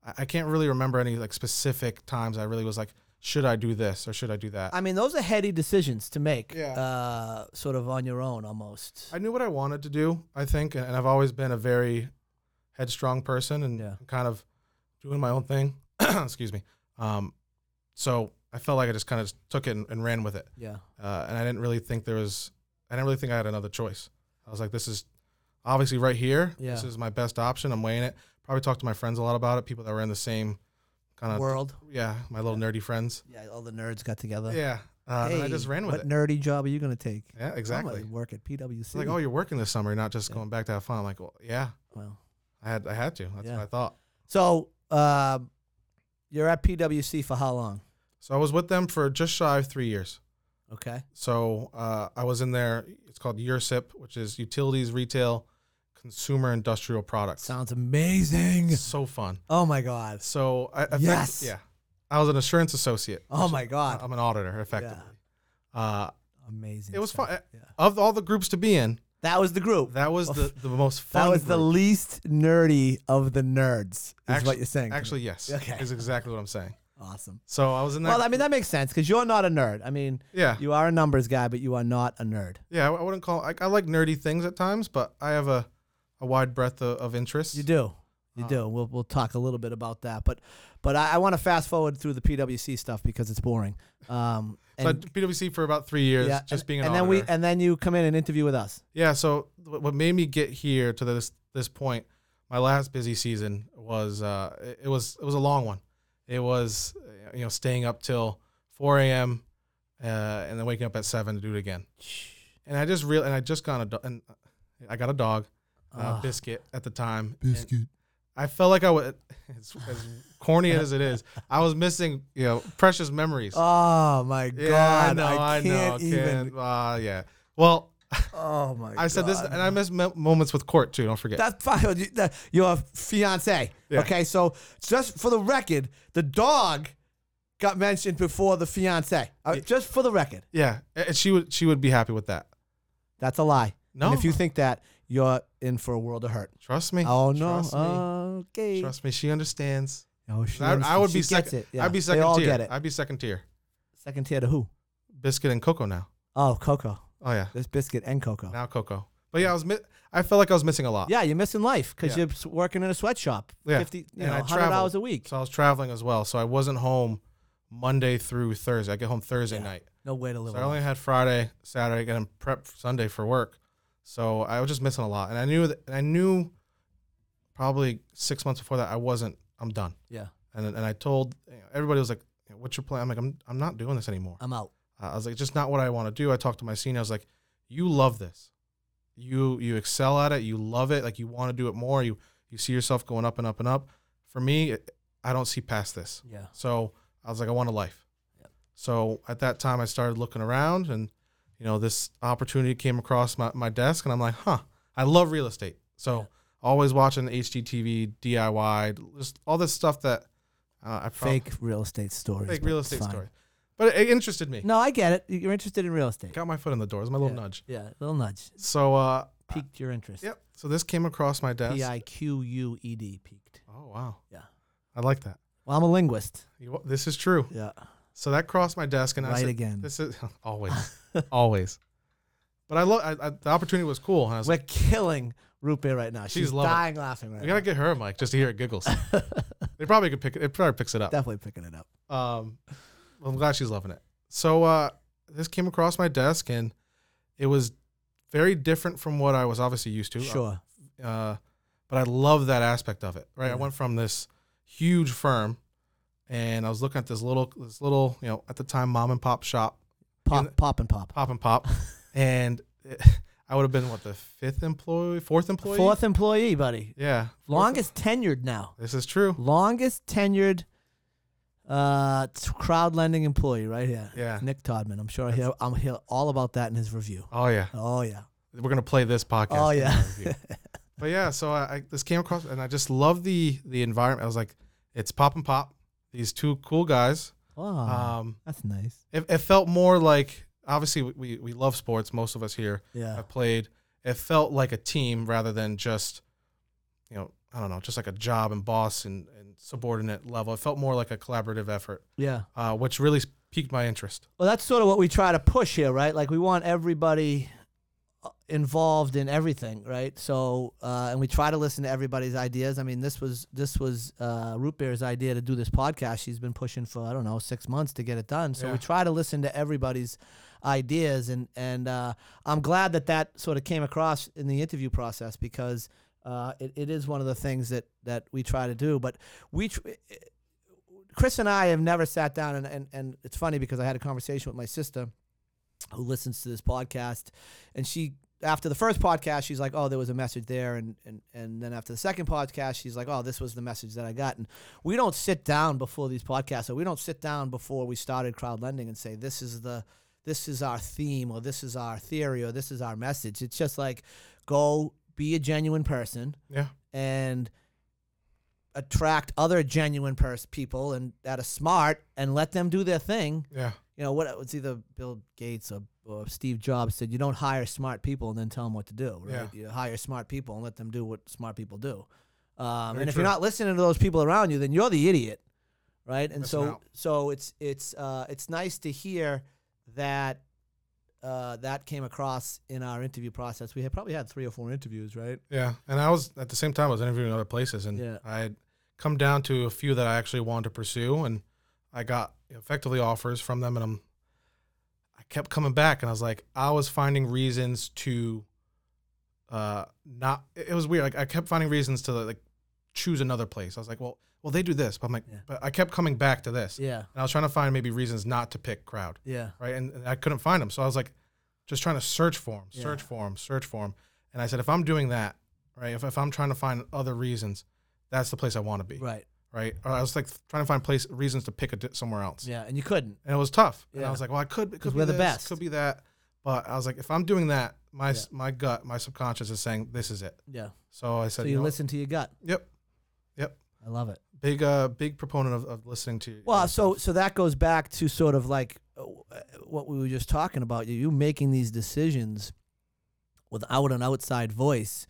[SPEAKER 2] I, I can't really remember any like specific times I really was like, should I do this or should I do that?
[SPEAKER 1] I mean, those are heady decisions to make,
[SPEAKER 2] Yeah.
[SPEAKER 1] uh, sort of on your own almost.
[SPEAKER 2] I knew what I wanted to do, I think, and, and I've always been a very headstrong person and
[SPEAKER 1] Yeah.
[SPEAKER 2] kind of doing my own thing. Excuse me. Um, so I felt like I just kind of took it and, and ran with it,
[SPEAKER 1] yeah.
[SPEAKER 2] uh, and I didn't really think there was. I didn't really think I had another choice. I was like, this is obviously right here. This
[SPEAKER 1] Yeah.
[SPEAKER 2] is my best option. I'm weighing it. Probably talked to my friends a lot about it. People that were in the same kind of
[SPEAKER 1] World.
[SPEAKER 2] yeah, my little nerdy friends.
[SPEAKER 1] Yeah, all the nerds got together.
[SPEAKER 2] Yeah, uh, and I
[SPEAKER 1] Hey,
[SPEAKER 2] just ran with
[SPEAKER 1] what
[SPEAKER 2] it.
[SPEAKER 1] nerdy job are you going to take?
[SPEAKER 2] yeah,
[SPEAKER 1] I'm
[SPEAKER 2] exactly.
[SPEAKER 1] gonna work at PwC.
[SPEAKER 2] It's like, oh, you're working this summer, you're not just
[SPEAKER 1] Yeah.
[SPEAKER 2] going back to have fun. I'm like, well, yeah,
[SPEAKER 1] well.
[SPEAKER 2] I had I had to. That's
[SPEAKER 1] Yeah.
[SPEAKER 2] what I thought.
[SPEAKER 1] So um, you're at PwC for how long?
[SPEAKER 2] So I was with them for just shy of three years.
[SPEAKER 1] Okay.
[SPEAKER 2] So uh, I was in there. It's called URSIP, which is Utilities, Retail, Consumer, Industrial Products.
[SPEAKER 1] Sounds amazing.
[SPEAKER 2] so fun.
[SPEAKER 1] Oh my god.
[SPEAKER 2] So I, I think-
[SPEAKER 1] Yes.
[SPEAKER 2] yeah, I was an assurance associate.
[SPEAKER 1] Oh
[SPEAKER 2] which
[SPEAKER 1] my
[SPEAKER 2] is-
[SPEAKER 1] god.
[SPEAKER 2] I'm an auditor effectively. Uh,
[SPEAKER 1] Amazing.
[SPEAKER 2] Um, it was
[SPEAKER 1] stuff.
[SPEAKER 2] fun.
[SPEAKER 1] Yeah.
[SPEAKER 2] Of all the groups to be in,
[SPEAKER 1] That was the group. That,
[SPEAKER 2] that was the, the most fun.
[SPEAKER 1] was the
[SPEAKER 2] group.
[SPEAKER 1] least nerdy of the nerds. Is what
[SPEAKER 2] Actu-
[SPEAKER 1] you're saying. to me.
[SPEAKER 2] Actually, yes.
[SPEAKER 1] Okay.
[SPEAKER 2] Is exactly what I'm saying.
[SPEAKER 1] awesome.
[SPEAKER 2] So I was in that.
[SPEAKER 1] Well, I mean that makes sense because you're not a nerd. I mean,
[SPEAKER 2] yeah.
[SPEAKER 1] you are a numbers guy, but you are not a nerd.
[SPEAKER 2] Yeah, I I wouldn't call. I, I like nerdy things at times, but I have a, a wide breadth of, of interests.
[SPEAKER 1] You do. You
[SPEAKER 2] Uh,
[SPEAKER 1] do. We'll we'll talk a little bit about that, but but I, I want to fast forward through the PWC stuff because it's boring. Um,
[SPEAKER 2] So I
[SPEAKER 1] and,
[SPEAKER 2] did PwC for about three years,
[SPEAKER 1] yeah,
[SPEAKER 2] just
[SPEAKER 1] and-
[SPEAKER 2] being an
[SPEAKER 1] and
[SPEAKER 2] auditor.
[SPEAKER 1] then we and then you come in and interview with us.
[SPEAKER 2] yeah. So what what made me get here to this this point, my last busy season was uh, it, it was it was a long one. It was uh, you know staying up till 4 a.m. Uh, and then waking up at seven to do it again. And I just real and I just got a do- and I got a dog, uh,
[SPEAKER 1] Ugh.
[SPEAKER 2] biscuit at the time. Biscuit. I felt like I was as, as corny as it is. I was missing, you know, precious memories.
[SPEAKER 1] Oh my
[SPEAKER 2] yeah,
[SPEAKER 1] god!
[SPEAKER 2] I know, I,
[SPEAKER 1] can't
[SPEAKER 2] know.
[SPEAKER 1] even.
[SPEAKER 2] Can't, uh, yeah. Well,
[SPEAKER 1] Oh my!
[SPEAKER 2] I said this,
[SPEAKER 1] God.
[SPEAKER 2] and I missed mo- moments with court too. Don't forget.
[SPEAKER 1] That's fine. You- that- Your fiance.
[SPEAKER 2] Yeah.
[SPEAKER 1] Okay, so just for the record, the dog got mentioned before the fiance. Uh,
[SPEAKER 2] Yeah.
[SPEAKER 1] Just for the record,
[SPEAKER 2] yeah, and she would she would be happy with that.
[SPEAKER 1] that's a lie.
[SPEAKER 2] No,
[SPEAKER 1] And if you think that, you're in for a world of hurt.
[SPEAKER 2] trust me.
[SPEAKER 1] Oh no!
[SPEAKER 2] Trust me.
[SPEAKER 1] Okay.
[SPEAKER 2] Trust me. She understands.
[SPEAKER 1] Oh, she
[SPEAKER 2] I, I would
[SPEAKER 1] she
[SPEAKER 2] be
[SPEAKER 1] gets
[SPEAKER 2] second.
[SPEAKER 1] it. Yeah.
[SPEAKER 2] I'd be
[SPEAKER 1] They
[SPEAKER 2] second
[SPEAKER 1] all
[SPEAKER 2] tier.
[SPEAKER 1] get it.
[SPEAKER 2] I'd be second tier.
[SPEAKER 1] second tier to who?
[SPEAKER 2] Biscuit and Coco now.
[SPEAKER 1] Oh, Coco.
[SPEAKER 2] Oh yeah,
[SPEAKER 1] There's Biscuit and Coco.
[SPEAKER 2] now Coco. But yeah, I was. Mi- I felt like I was missing a lot.
[SPEAKER 1] Yeah, you're missing life because
[SPEAKER 2] Yeah.
[SPEAKER 1] you're s- working in a sweatshop.
[SPEAKER 2] Yeah.
[SPEAKER 1] 50, you
[SPEAKER 2] And
[SPEAKER 1] know,
[SPEAKER 2] I
[SPEAKER 1] 100
[SPEAKER 2] traveled.
[SPEAKER 1] hours a week.
[SPEAKER 2] So I was traveling as well. So I wasn't home Monday through Thursday. I get home Thursday
[SPEAKER 1] Yeah.
[SPEAKER 2] night.
[SPEAKER 1] No way to live.
[SPEAKER 2] So I
[SPEAKER 1] a
[SPEAKER 2] only
[SPEAKER 1] life.
[SPEAKER 2] had Friday, Saturday, and then prep for Sunday for work. So I was just missing a lot, and I knew that. And I knew probably six months before that I wasn't. I'm done.
[SPEAKER 1] Yeah.
[SPEAKER 2] And then- and I told you know, everybody was like, "What's your plan?" I'm like, "I'm I'm not doing this anymore."
[SPEAKER 1] I'm out.
[SPEAKER 2] Uh, I was like, "Just not what I want to do." I talked to my senior. I was like, "You love this. You you excel at it. You love it. Like you want to do it more. You you see yourself going up and up and up. For me, it- I don't see past this.
[SPEAKER 1] Yeah.
[SPEAKER 2] So I was like, I want a life.
[SPEAKER 1] Yep.
[SPEAKER 2] So at that time, I started looking around, and you know, this opportunity came across my, my desk, and I'm like, huh, I love real estate. So
[SPEAKER 1] Yeah.
[SPEAKER 2] always watching HGTV, DIY, just all this stuff that uh, I prob-
[SPEAKER 1] Fake real estate stories.
[SPEAKER 2] fake
[SPEAKER 1] but
[SPEAKER 2] real
[SPEAKER 1] it's
[SPEAKER 2] estate
[SPEAKER 1] fine.
[SPEAKER 2] story. But it, it interested me.
[SPEAKER 1] No, I get it. You're interested in real estate.
[SPEAKER 2] Got my foot in the door. It was my little nudge.
[SPEAKER 1] Yeah, little nudge
[SPEAKER 2] So, uh,
[SPEAKER 1] piqued your interest.
[SPEAKER 2] yep. So this came across my desk.
[SPEAKER 1] P i q u e d peaked.
[SPEAKER 2] Oh wow.
[SPEAKER 1] Yeah.
[SPEAKER 2] I like that.
[SPEAKER 1] Well, I'm a linguist.
[SPEAKER 2] You, this is true.
[SPEAKER 1] Yeah,
[SPEAKER 2] So that crossed my desk, and I
[SPEAKER 1] right
[SPEAKER 2] said,
[SPEAKER 1] again.
[SPEAKER 2] "This is always, always." But I love I, I, the opportunity was cool. And I was
[SPEAKER 1] We're killing root beer right now. She's,
[SPEAKER 2] She's loving it.
[SPEAKER 1] dying laughing right
[SPEAKER 2] We gotta get her a mic just to hear it giggles. they probably could pick it. It probably picks it
[SPEAKER 1] now.
[SPEAKER 2] up.
[SPEAKER 1] Definitely picking it up.
[SPEAKER 2] Um, I'm glad she's loving it. So uh, this came across my desk, and it was very different from what I was obviously used to.
[SPEAKER 1] Sure.
[SPEAKER 2] Uh, but I love that aspect of it. Right.
[SPEAKER 1] Yeah.
[SPEAKER 2] I went from this huge firm, and I was looking at this little, this little, you know, at the time mom and pop shop,
[SPEAKER 1] Pop, pop, and pop.
[SPEAKER 2] pop and pop, and it, I would have been what the fifth employee, fourth employee,
[SPEAKER 1] Fourth employee, buddy.
[SPEAKER 2] Yeah.
[SPEAKER 1] Longest tenured now.
[SPEAKER 2] This is true.
[SPEAKER 1] Longest tenured uh, t- crowd lending employee right here.
[SPEAKER 2] Yeah.
[SPEAKER 1] Nick Todman. I'm sure he'll, I'm hear all about that in his review.
[SPEAKER 2] Oh yeah.
[SPEAKER 1] Oh, yeah.
[SPEAKER 2] we're gonna play this podcast.
[SPEAKER 1] Oh,
[SPEAKER 2] in
[SPEAKER 1] yeah.
[SPEAKER 2] our review. but yeah, so I, I this came across, and I just love the the environment. I was like, it's pop and pop. These two cool guys.
[SPEAKER 1] Oh,
[SPEAKER 2] Um,
[SPEAKER 1] that's nice.
[SPEAKER 2] it, it felt more like obviously we- we we love sports. Most of us here
[SPEAKER 1] Yeah.
[SPEAKER 2] have played. It felt like a team rather than just, you know, I don't know, just like a job and boss and, and subordinate level. It felt more like a collaborative effort,
[SPEAKER 1] Yeah.
[SPEAKER 2] uh, which really piqued my interest.
[SPEAKER 1] Well, that's sort of what we try to push here, right? Like we want everybody uh, involved in everything, right? So, uh, and we try to listen to everybody's ideas. I mean, this was this was uh, Root Beer's idea to do this podcast. She's been pushing for I don't know six months to get it done. So
[SPEAKER 2] Yeah.
[SPEAKER 1] we try to listen to everybody's ideas, and and uh, I'm glad that that sort of came across in the interview process because uh, it, it is one of the things that that we try to do. But we. Tr- Chris and I have never sat down, and, and, and it's funny because I had a conversation with my sister who listens to this podcast, and she, after the first podcast, she's like, oh, there was a message there. And, and, and then after the second podcast, she's like, oh, this was the message that I got. And we don't sit down before these podcasts, or we don't sit down before we started crowd lending and say, this is the. This is our theme, or this is our theory, or this is our message. It's just like, go be a genuine person,
[SPEAKER 2] Yeah.
[SPEAKER 1] and attract other genuine pers- people and that are smart and let them do their thing.
[SPEAKER 2] Yeah.
[SPEAKER 1] You know, what it's either Bill Gates or, or Steve Jobs said, you don't hire smart people and then tell them what to do. Right? You hire smart people and let them do what smart people do. Um,
[SPEAKER 2] Very
[SPEAKER 1] and if
[SPEAKER 2] true.
[SPEAKER 1] you're not listening to those people around you, then you're the idiot, right? And
[SPEAKER 2] Missing
[SPEAKER 1] so,
[SPEAKER 2] out.
[SPEAKER 1] so it's it's uh, it's nice to hear that uh, that came across in our interview process. We had probably had three or four interviews, right?
[SPEAKER 2] Yeah, and I was at the same time I was interviewing other places, and
[SPEAKER 1] Yeah.
[SPEAKER 2] I had come down to a few that I actually wanted to pursue, and I got effectively offers from them, and I'm I kept coming back, and I was like, I was finding reasons to uh not. It it was weird. Like I kept finding reasons to like choose another place. I was like, well, well they do this, but I'm like,
[SPEAKER 1] Yeah.
[SPEAKER 2] but I kept coming back to this,
[SPEAKER 1] Yeah,
[SPEAKER 2] and I was trying to find maybe reasons not to pick crowd
[SPEAKER 1] yeah.
[SPEAKER 2] right? And, and I couldn't find them. So I was like, just trying to search for them, search
[SPEAKER 1] Yeah.
[SPEAKER 2] for them, search for them. And I said, if I'm doing that, right, if, if I'm trying to find other reasons, that's the place I want to be, right?
[SPEAKER 1] Right.
[SPEAKER 2] Or I was like trying to find place reasons to pick a, di- somewhere else.
[SPEAKER 1] Yeah, and you couldn't.
[SPEAKER 2] And it was tough. And
[SPEAKER 1] Yeah.
[SPEAKER 2] I was like, well, I could, it
[SPEAKER 1] 'Cause
[SPEAKER 2] could be
[SPEAKER 1] we're the
[SPEAKER 2] this,
[SPEAKER 1] best.
[SPEAKER 2] could be that. But I was like, if I'm doing that, my s my gut, my subconscious is saying this is it.
[SPEAKER 1] Yeah.
[SPEAKER 2] So I
[SPEAKER 1] So
[SPEAKER 2] said,
[SPEAKER 1] you
[SPEAKER 2] know,
[SPEAKER 1] listen to your gut.
[SPEAKER 2] Yep, yep.
[SPEAKER 1] I love it.
[SPEAKER 2] Big uh, big proponent of, of listening to.
[SPEAKER 1] Well, so
[SPEAKER 2] yourself.
[SPEAKER 1] so that goes back to sort of like uh, what we were just talking about. You you making these decisions without an outside voice.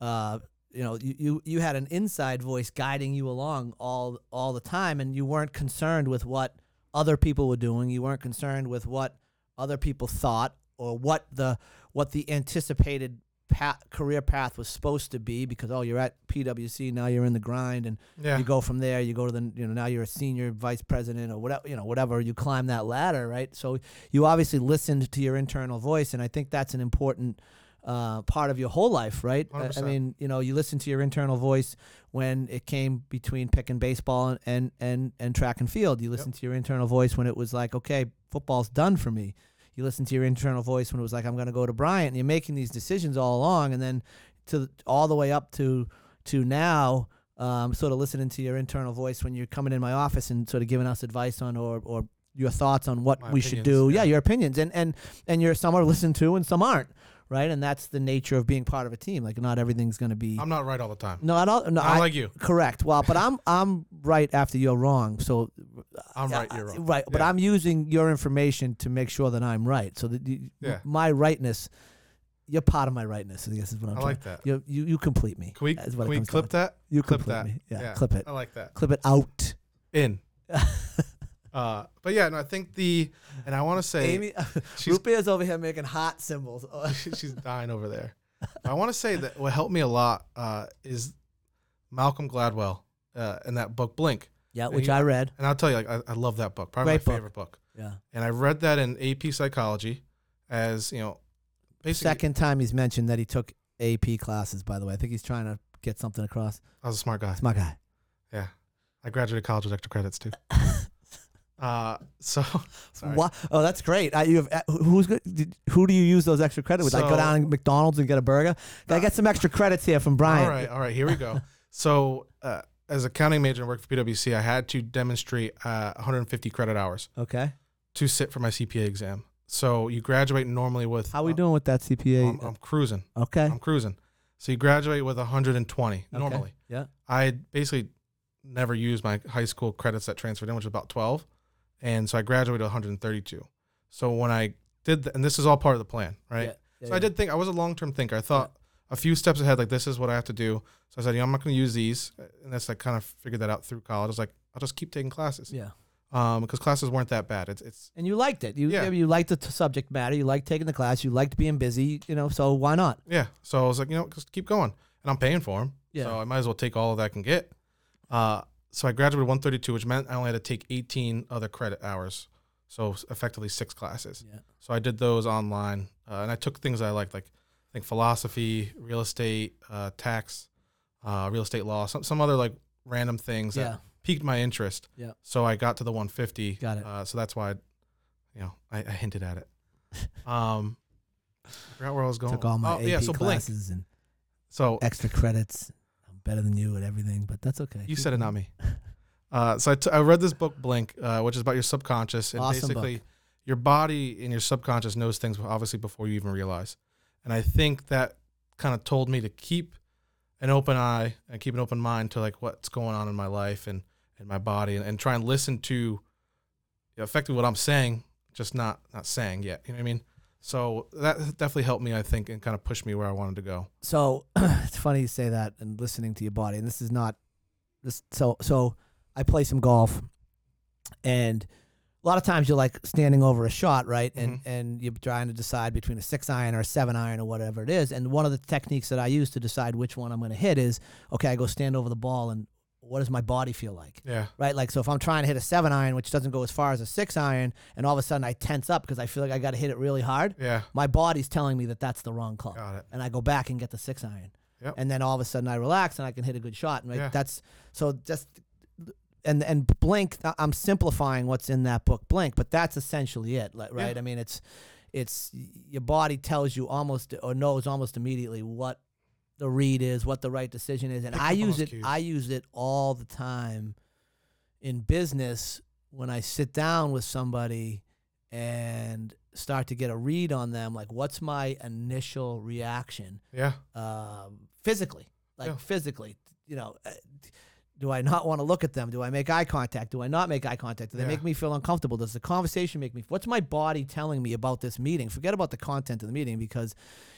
[SPEAKER 1] Uh, you know, you, you you had an inside voice guiding you along all all the time, and you weren't concerned with what other people were doing. You weren't concerned with what other people thought or what the what the anticipated path, career path was supposed to be. Because oh, you're at PwC now, you're in the grind, and
[SPEAKER 2] yeah,
[SPEAKER 1] you go from there you go to the you know now you're a senior vice president or whatever you know whatever you climb that ladder right so you obviously listened to your internal voice and i think that's an important uh, part of your whole life right I- I,
[SPEAKER 2] 100%.
[SPEAKER 1] mean you know you listen to your internal voice when it came between picking baseball and and and, and track and field you listen to your internal voice when it was like okay football's done for me you listen to your internal voice when it was like i'm going to go to bryant and you're making these decisions all along and then to all the way up to to now um, sort of listening to your internal voice when you're coming in my office and sort of giving us advice on or, or your thoughts on what
[SPEAKER 2] My
[SPEAKER 1] we should do.
[SPEAKER 2] opinions,
[SPEAKER 1] Yeah.
[SPEAKER 2] yeah.
[SPEAKER 1] your opinions and and and you're some are listened to and some aren't, right? And that's the nature of being part of a team. Like not everything's going to be.
[SPEAKER 2] I'm not right all the time.
[SPEAKER 1] no, I don't. No,
[SPEAKER 2] Not
[SPEAKER 1] I,
[SPEAKER 2] like you.
[SPEAKER 1] correct. Well, but I'm I'm right after you're wrong. So
[SPEAKER 2] I'm right.
[SPEAKER 1] I-
[SPEAKER 2] You're wrong.
[SPEAKER 1] Right, but
[SPEAKER 2] Yeah.
[SPEAKER 1] I'm using your information to make sure that I'm right. So that you,
[SPEAKER 2] Yeah.
[SPEAKER 1] my rightness, you're part of my rightness. I guess is what I'm.
[SPEAKER 2] I
[SPEAKER 1] trying-
[SPEAKER 2] like that.
[SPEAKER 1] You, you you complete me.
[SPEAKER 2] Can we,
[SPEAKER 1] That's
[SPEAKER 2] can
[SPEAKER 1] what it
[SPEAKER 2] we
[SPEAKER 1] comes
[SPEAKER 2] clip
[SPEAKER 1] down
[SPEAKER 2] that?
[SPEAKER 1] You
[SPEAKER 2] clip
[SPEAKER 1] complete
[SPEAKER 2] that?
[SPEAKER 1] me. Yeah, clip it.
[SPEAKER 2] I like that.
[SPEAKER 1] Clip it out.
[SPEAKER 2] In. Uh, but yeah, no, I think the, and I want to say,
[SPEAKER 1] Amy,
[SPEAKER 2] she's-
[SPEAKER 1] root beer's over here making hot symbols.
[SPEAKER 2] she's dying over there. I want to say that what helped me a lot uh, is Malcolm Gladwell uh, in that book Blink,
[SPEAKER 1] yeah,
[SPEAKER 2] And
[SPEAKER 1] which
[SPEAKER 2] you-
[SPEAKER 1] I read.
[SPEAKER 2] and I'll tell you, like, I, I love that book, probably
[SPEAKER 1] Great
[SPEAKER 2] my
[SPEAKER 1] book.
[SPEAKER 2] favorite book.
[SPEAKER 1] Yeah.
[SPEAKER 2] And I read that in AP Psychology, as you know, basically
[SPEAKER 1] Second time he's mentioned that he took AP classes. By the way, I think he's trying to get something across.
[SPEAKER 2] I was a smart guy.
[SPEAKER 1] That's my guy.
[SPEAKER 2] I graduated college with extra credits too. Uh, so Sorry.
[SPEAKER 1] Wha- Oh, that's great. I, you have eh, who- who's good? Did, who do you use those extra credit with? I go
[SPEAKER 2] So-
[SPEAKER 1] down to McDonald's and get a burger. I get some extra credits here from Brian.
[SPEAKER 2] all right, all right, here we go. So uh, as a accounting major and work for PwC, I had to demonstrate uh, 150 credit hours
[SPEAKER 1] Okay.
[SPEAKER 2] to sit for my CPA exam. So you graduate normally with
[SPEAKER 1] How we
[SPEAKER 2] uh,
[SPEAKER 1] doing with that CPA?
[SPEAKER 2] I'm, I'm cruising.
[SPEAKER 1] okay.
[SPEAKER 2] I'm cruising. So you graduate with 120 normally.
[SPEAKER 1] Yeah.
[SPEAKER 2] I basically never used my high school credits that transferred in, which was about 12. And so I graduated with 132. So when I did, th- and this is all part of the plan, right? so I did think I was a long term thinker. I thought a few steps ahead, like this is what I have to do. So I said, you know, I'm not going to use these. Uh, And that's I kind of figured that out through college. I was like, I'll just keep taking classes
[SPEAKER 1] Yeah.
[SPEAKER 2] because classes weren't that bad. It's it's
[SPEAKER 1] And you liked it. You
[SPEAKER 2] Yeah.
[SPEAKER 1] you liked the t- subject matter. You liked taking the class. You liked being busy. You know. So why not?
[SPEAKER 2] Yeah. So I was like, you know, just keep going. And I'm paying for them.
[SPEAKER 1] Yeah.
[SPEAKER 2] So I might as well take all that I can get. Uh, so I graduated with 132, which meant I only had to take 18 other credit hours. So s- effectively six classes.
[SPEAKER 1] Yeah.
[SPEAKER 2] So I did those online. Uh, and I took things I liked, like I think philosophy, real estate, uh, tax, uh, real estate law, some, some other like random things that
[SPEAKER 1] Yeah.
[SPEAKER 2] piqued my interest.
[SPEAKER 1] Yeah.
[SPEAKER 2] So I got to the 150.
[SPEAKER 1] Got it.
[SPEAKER 2] Uh, so that's why, I, you know, I, I hinted at it. Um, I forgot where I was going.
[SPEAKER 1] Took all my
[SPEAKER 2] Oh,
[SPEAKER 1] AP
[SPEAKER 2] yeah, so Blink.
[SPEAKER 1] classes and
[SPEAKER 2] So
[SPEAKER 1] extra credits. I'm better than you at everything, but that's okay.
[SPEAKER 2] you
[SPEAKER 1] Keep
[SPEAKER 2] said it,
[SPEAKER 1] going.
[SPEAKER 2] not me. Uh, so I, t- I read this book, Blink, uh, which is about your subconscious and
[SPEAKER 1] Awesome
[SPEAKER 2] basically your body and your subconscious knows things obviously before you even realize. And I think that kind of told me to keep an open eye and keep an open mind to like what's going on in my life and, and my body and, and try and listen to you know, effectively what I'm saying, just not not saying yet. You know what I mean? So that definitely helped me, I think, and kind of pushed me where I wanted to go.
[SPEAKER 1] so it's funny you say that and listening to your body and this is not this so so i play some golf and a lot of times you're like standing over a shot right and
[SPEAKER 2] Mhm.
[SPEAKER 1] and you're trying to decide between a six iron or a seven iron or whatever it is and one of the techniques that i use to decide which one i'm going to hit is okay i go stand over the ball and what does my body feel like
[SPEAKER 2] Yeah.
[SPEAKER 1] right? Like, so if I'm trying to hit a seven iron, which doesn't go as far as a six iron, and all of a sudden I tense up because I feel like I got to hit it really hard,
[SPEAKER 2] Yeah.
[SPEAKER 1] my body's telling me that that's the wrong club.
[SPEAKER 2] Got it.
[SPEAKER 1] And I go back and get the six iron.
[SPEAKER 2] Yep.
[SPEAKER 1] And then all of a sudden I relax and I can hit a good shot. And like,
[SPEAKER 2] Yeah.
[SPEAKER 1] that's so just and and blink. I- I'm simplifying what's in that book, blink, but that's essentially it, like, right? I mean, it's it's your body tells you almost or knows almost immediately what the read is, what the right decision is, and
[SPEAKER 2] Pick
[SPEAKER 1] I
[SPEAKER 2] up on
[SPEAKER 1] use
[SPEAKER 2] those
[SPEAKER 1] it.
[SPEAKER 2] cues.
[SPEAKER 1] I use it all the time in business when I sit down with somebody and start to get a read on them. Like, what's my initial reaction?
[SPEAKER 2] Yeah.
[SPEAKER 1] um, physically, like
[SPEAKER 2] Yeah.
[SPEAKER 1] physically, you know, uh, do I not want to look at them? Do I make eye contact? Do I not make eye contact? Do they
[SPEAKER 2] Yeah.
[SPEAKER 1] make me feel uncomfortable? Does the conversation make me? What's my body telling me about this meeting? Forget about the content of the meeting because,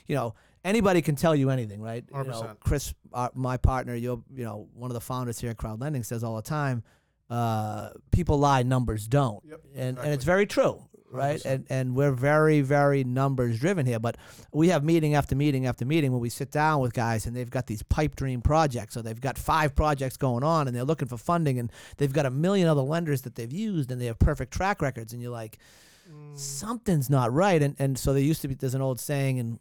[SPEAKER 1] you know, anybody can tell you anything, right? You know,
[SPEAKER 2] 100%.
[SPEAKER 1] Chris, our, my partner, you you know, one of the founders here at Crowd Lending says all the time, uh, people lie, numbers don't,
[SPEAKER 2] Yep,
[SPEAKER 1] and and it's
[SPEAKER 2] exactly.
[SPEAKER 1] very true, right?
[SPEAKER 2] 100%.
[SPEAKER 1] And and we're very very numbers driven here, but we have meeting after meeting after meeting when we sit down with guys and they've got these pipe dream projects. So they've got five projects going on and they're looking for funding and they've got a million other lenders that they've used and they have perfect track records. And you're like,
[SPEAKER 2] Mm.
[SPEAKER 1] something's not right. And, and so there used to be, there's an old saying and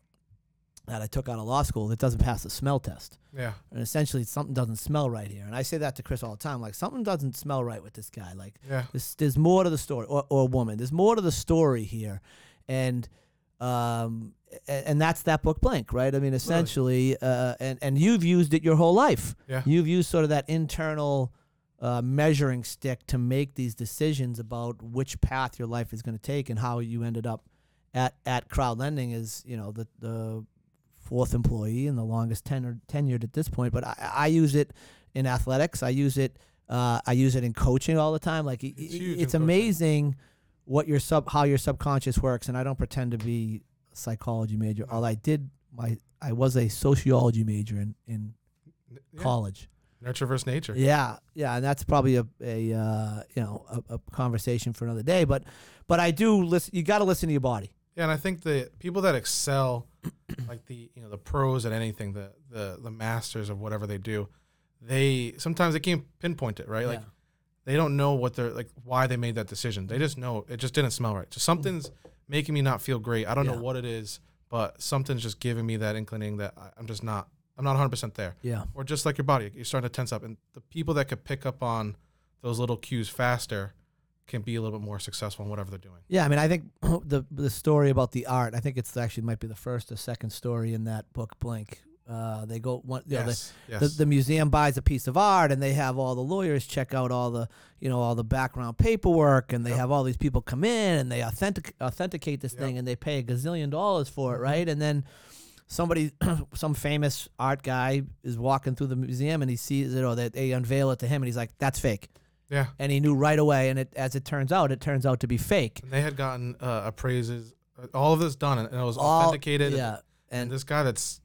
[SPEAKER 1] that I took out of law school that doesn't pass the smell test.
[SPEAKER 2] Yeah.
[SPEAKER 1] And essentially, something doesn't smell right here. And I say that to Chris all the time like, something doesn't smell right with this guy. Like,
[SPEAKER 2] Yeah.
[SPEAKER 1] there's, there's more to the story, or, or woman. There's more to the story here, and um, a- and that's that book blank, right? I mean, essentially, uh, and and you've used it your whole life.
[SPEAKER 2] Yeah.
[SPEAKER 1] You've used sort of that internal uh, measuring stick to make these decisions about which path your life is going to take and how you ended up at at Crowd Lending is you know the the fourth employee and the longest tenured tenured at this point. But I, I use it in athletics. I use it. Uh, I use it in coaching all the time. Like it-
[SPEAKER 2] It's
[SPEAKER 1] it-
[SPEAKER 2] huge in
[SPEAKER 1] it's
[SPEAKER 2] coaching.
[SPEAKER 1] amazing what your sub how your subconscious works. And I don't pretend to be a psychology major. All I did my I was a sociology major in in
[SPEAKER 2] N- yeah.
[SPEAKER 1] college.
[SPEAKER 2] Nurture versus nature.
[SPEAKER 1] Yeah, yeah, and that's probably a a uh, you know a, a conversation for another day. But but I do listen. You got to listen to your body.
[SPEAKER 2] Yeah, and I think the people that excel, like the you know the pros at anything, the the the masters of whatever they do, they sometimes they can't pinpoint it, right? Like
[SPEAKER 1] Yeah.
[SPEAKER 2] they don't know what they're like why they made that decision. They just know it just didn't smell right. So something's making me not feel great. I don't
[SPEAKER 1] Yeah.
[SPEAKER 2] know what it is, but something's just giving me that inclining that I, I'm just not I'm not 100 percent there.
[SPEAKER 1] Yeah,
[SPEAKER 2] Or just like your body, you're starting to tense up, and the people that could pick up on those little cues faster can be a little bit more successful in whatever they're doing.
[SPEAKER 1] yeah. I mean, I think the the story about the art. I think it's actually might be the first or second story in that book. Blank. Uh, they go one. You know, they-
[SPEAKER 2] yes. yes.
[SPEAKER 1] the, the museum buys a piece of art and they have all the lawyers check out all the you know all the background paperwork and they have all these people come in and they authentic authenticate this
[SPEAKER 2] Yep. Mm-hmm.
[SPEAKER 1] thing and they pay a gazillion dollars for it right and then somebody some famous art guy is walking through the museum and he sees it or they, they unveil it to him and he's like that's fake
[SPEAKER 2] yeah.
[SPEAKER 1] and he knew right away and it, as it turns out it turns out to be fake
[SPEAKER 2] And they had gotten uh, appraises, uh, all of this done, and it was
[SPEAKER 1] All-
[SPEAKER 2] authenticated.
[SPEAKER 1] yeah
[SPEAKER 2] And
[SPEAKER 1] and
[SPEAKER 2] this guy that's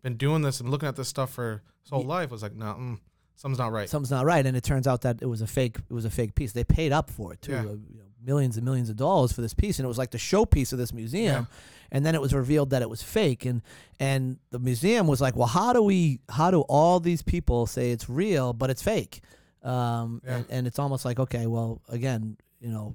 [SPEAKER 2] been doing this and looking at this stuff for his whole life was like, nah, mm, something's not right.
[SPEAKER 1] something's not right and it turns out that it was a fake it was a fake piece they paid up for it too
[SPEAKER 2] Yeah.
[SPEAKER 1] uh, you know, millions and millions of dollars for this piece and it was like the showpiece of this museum and then it was revealed that it was fake and and the museum was like well how do we how do all these people say it's real but it's fake um,
[SPEAKER 2] Yeah.
[SPEAKER 1] and, and it's almost like okay well again you know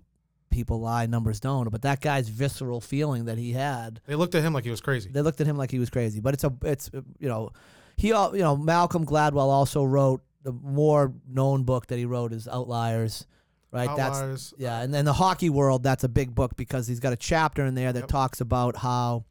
[SPEAKER 1] people lie numbers don't but that guy's visceral feeling that he had
[SPEAKER 2] They looked at him like he was crazy.
[SPEAKER 1] they looked at him like he was crazy. But it's a it's uh, you know he al- you know Malcolm Gladwell also wrote the more known book that he wrote is Outliers, right? That's
[SPEAKER 2] Outliers.
[SPEAKER 1] yeah, and then the hockey world that's a big book because he's got a chapter in there that
[SPEAKER 2] Yep.
[SPEAKER 1] talks about how.